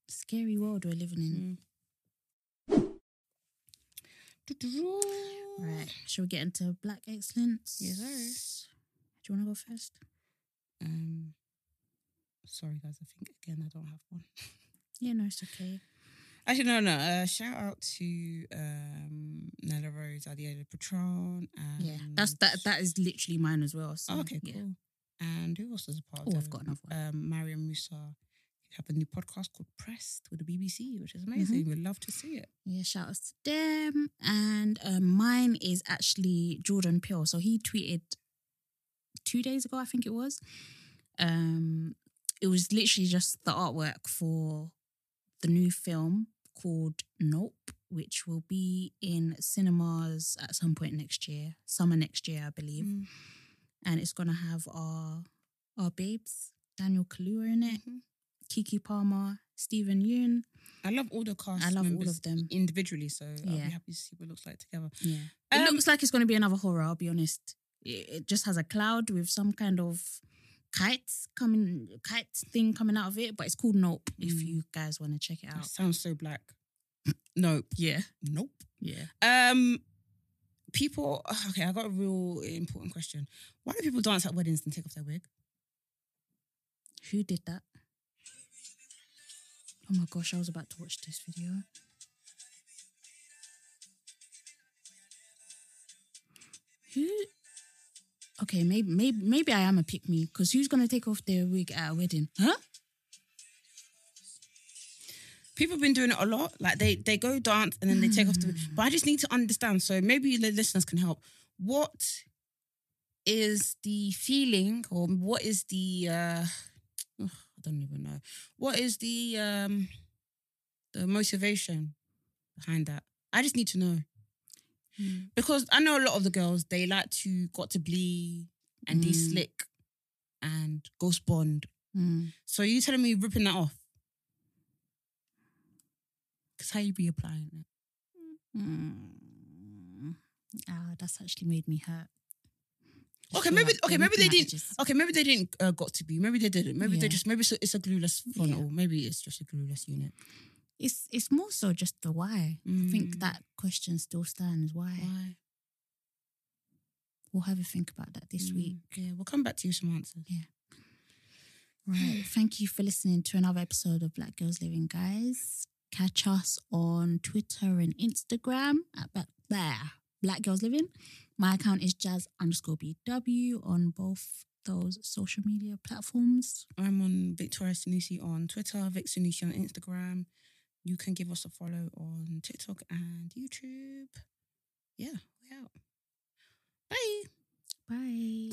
Scary world we're living
Mm.
in.
Mm.
Right, shall we get into black excellence?
Yes, sir.
Do you want to go first?
Um, sorry guys. I think again I don't have one.
Yeah, no, it's okay.
Actually, no, no. Uh, shout out to um, Nella Rose, Adiela Patron. And
Yeah, that's that. That is literally mine as well. So,
Oh, Um, okay,
Um, yeah.
cool. And who else is a part of
Oh, I've
the-
got another one.
Um, Mariam Musa. You have a new podcast called Pressed with the BBC, which is
Mm-hmm.
amazing. We'd love to see it.
Yeah, shout outs to them. And um, mine is actually Jordan Peele. So he tweeted two days ago, I think it was. Um, it was literally just the artwork for the new film called Nope, which will be in cinemas at some point next year, summer next year, I believe.
Mm.
And it's gonna have our our babes, Daniel Kaluuya in
Mm-hmm.
it, Kiki Palmer, Stephen Yoon.
I love all the cast.
I love all
members
of them.
individually, so I'll
Yeah.
be happy to see what it looks like together.
Yeah.
Um,
it looks like it's going to be another horror, I'll be honest. It, it just has a cloud with some kind of kites coming, kite thing coming out of it, but it's called Nope if you guys want to check it
That
out.
sounds so black.
[coughs]
nope.
Yeah.
Nope.
Yeah.
Um, people. Okay, I got a real important question. Why do people dance at weddings and take off their wig?
Who did that? Oh my gosh, I was about to watch this video. Who? Okay, maybe maybe maybe I am a pick me because who's gonna take off their wig at a wedding? Huh?
people have been doing it a lot. Like they they go dance and then they take off the. But I just need to understand. So maybe the listeners can help. What is the feeling, or what is the? uh ugh, I don't even know. What is the um the motivation behind that? I just need to know because I know a lot of the girls they like to got to bleed and they
Mm.
slick and ghost bond
Mm.
so you telling me ripping that off? Cause how you be applying it?
Mm. Ah, that's actually made me hurt. I
Okay,
feel
maybe
like
okay,
they're
maybe
looking
they
at it
didn't.
just-
Okay, maybe they didn't uh, got to be. Maybe they didn't. Maybe they
Yeah.
just. Maybe it's a, it's a glueless funnel.
Yeah.
Or maybe it's just a glueless unit.
It's it's more so just the why. I think
Mm.
that question still stands. Why?
Why?
We'll have a think about that this
Mm,
week.
Yeah, we'll come back to you with some answers. Mm. [sighs]
Right. Thank you for listening to another episode of Black Girls Living, guys. Catch us on Twitter and Instagram at Black, there, Black Girls Living. My account is jazz underscore BW on both those social media platforms.
I'm on Victoria Sanusi on Twitter, Vic Sanusi on Instagram. You can give us a follow on TikTok and YouTube. Yeah, we out. Bye.
Bye.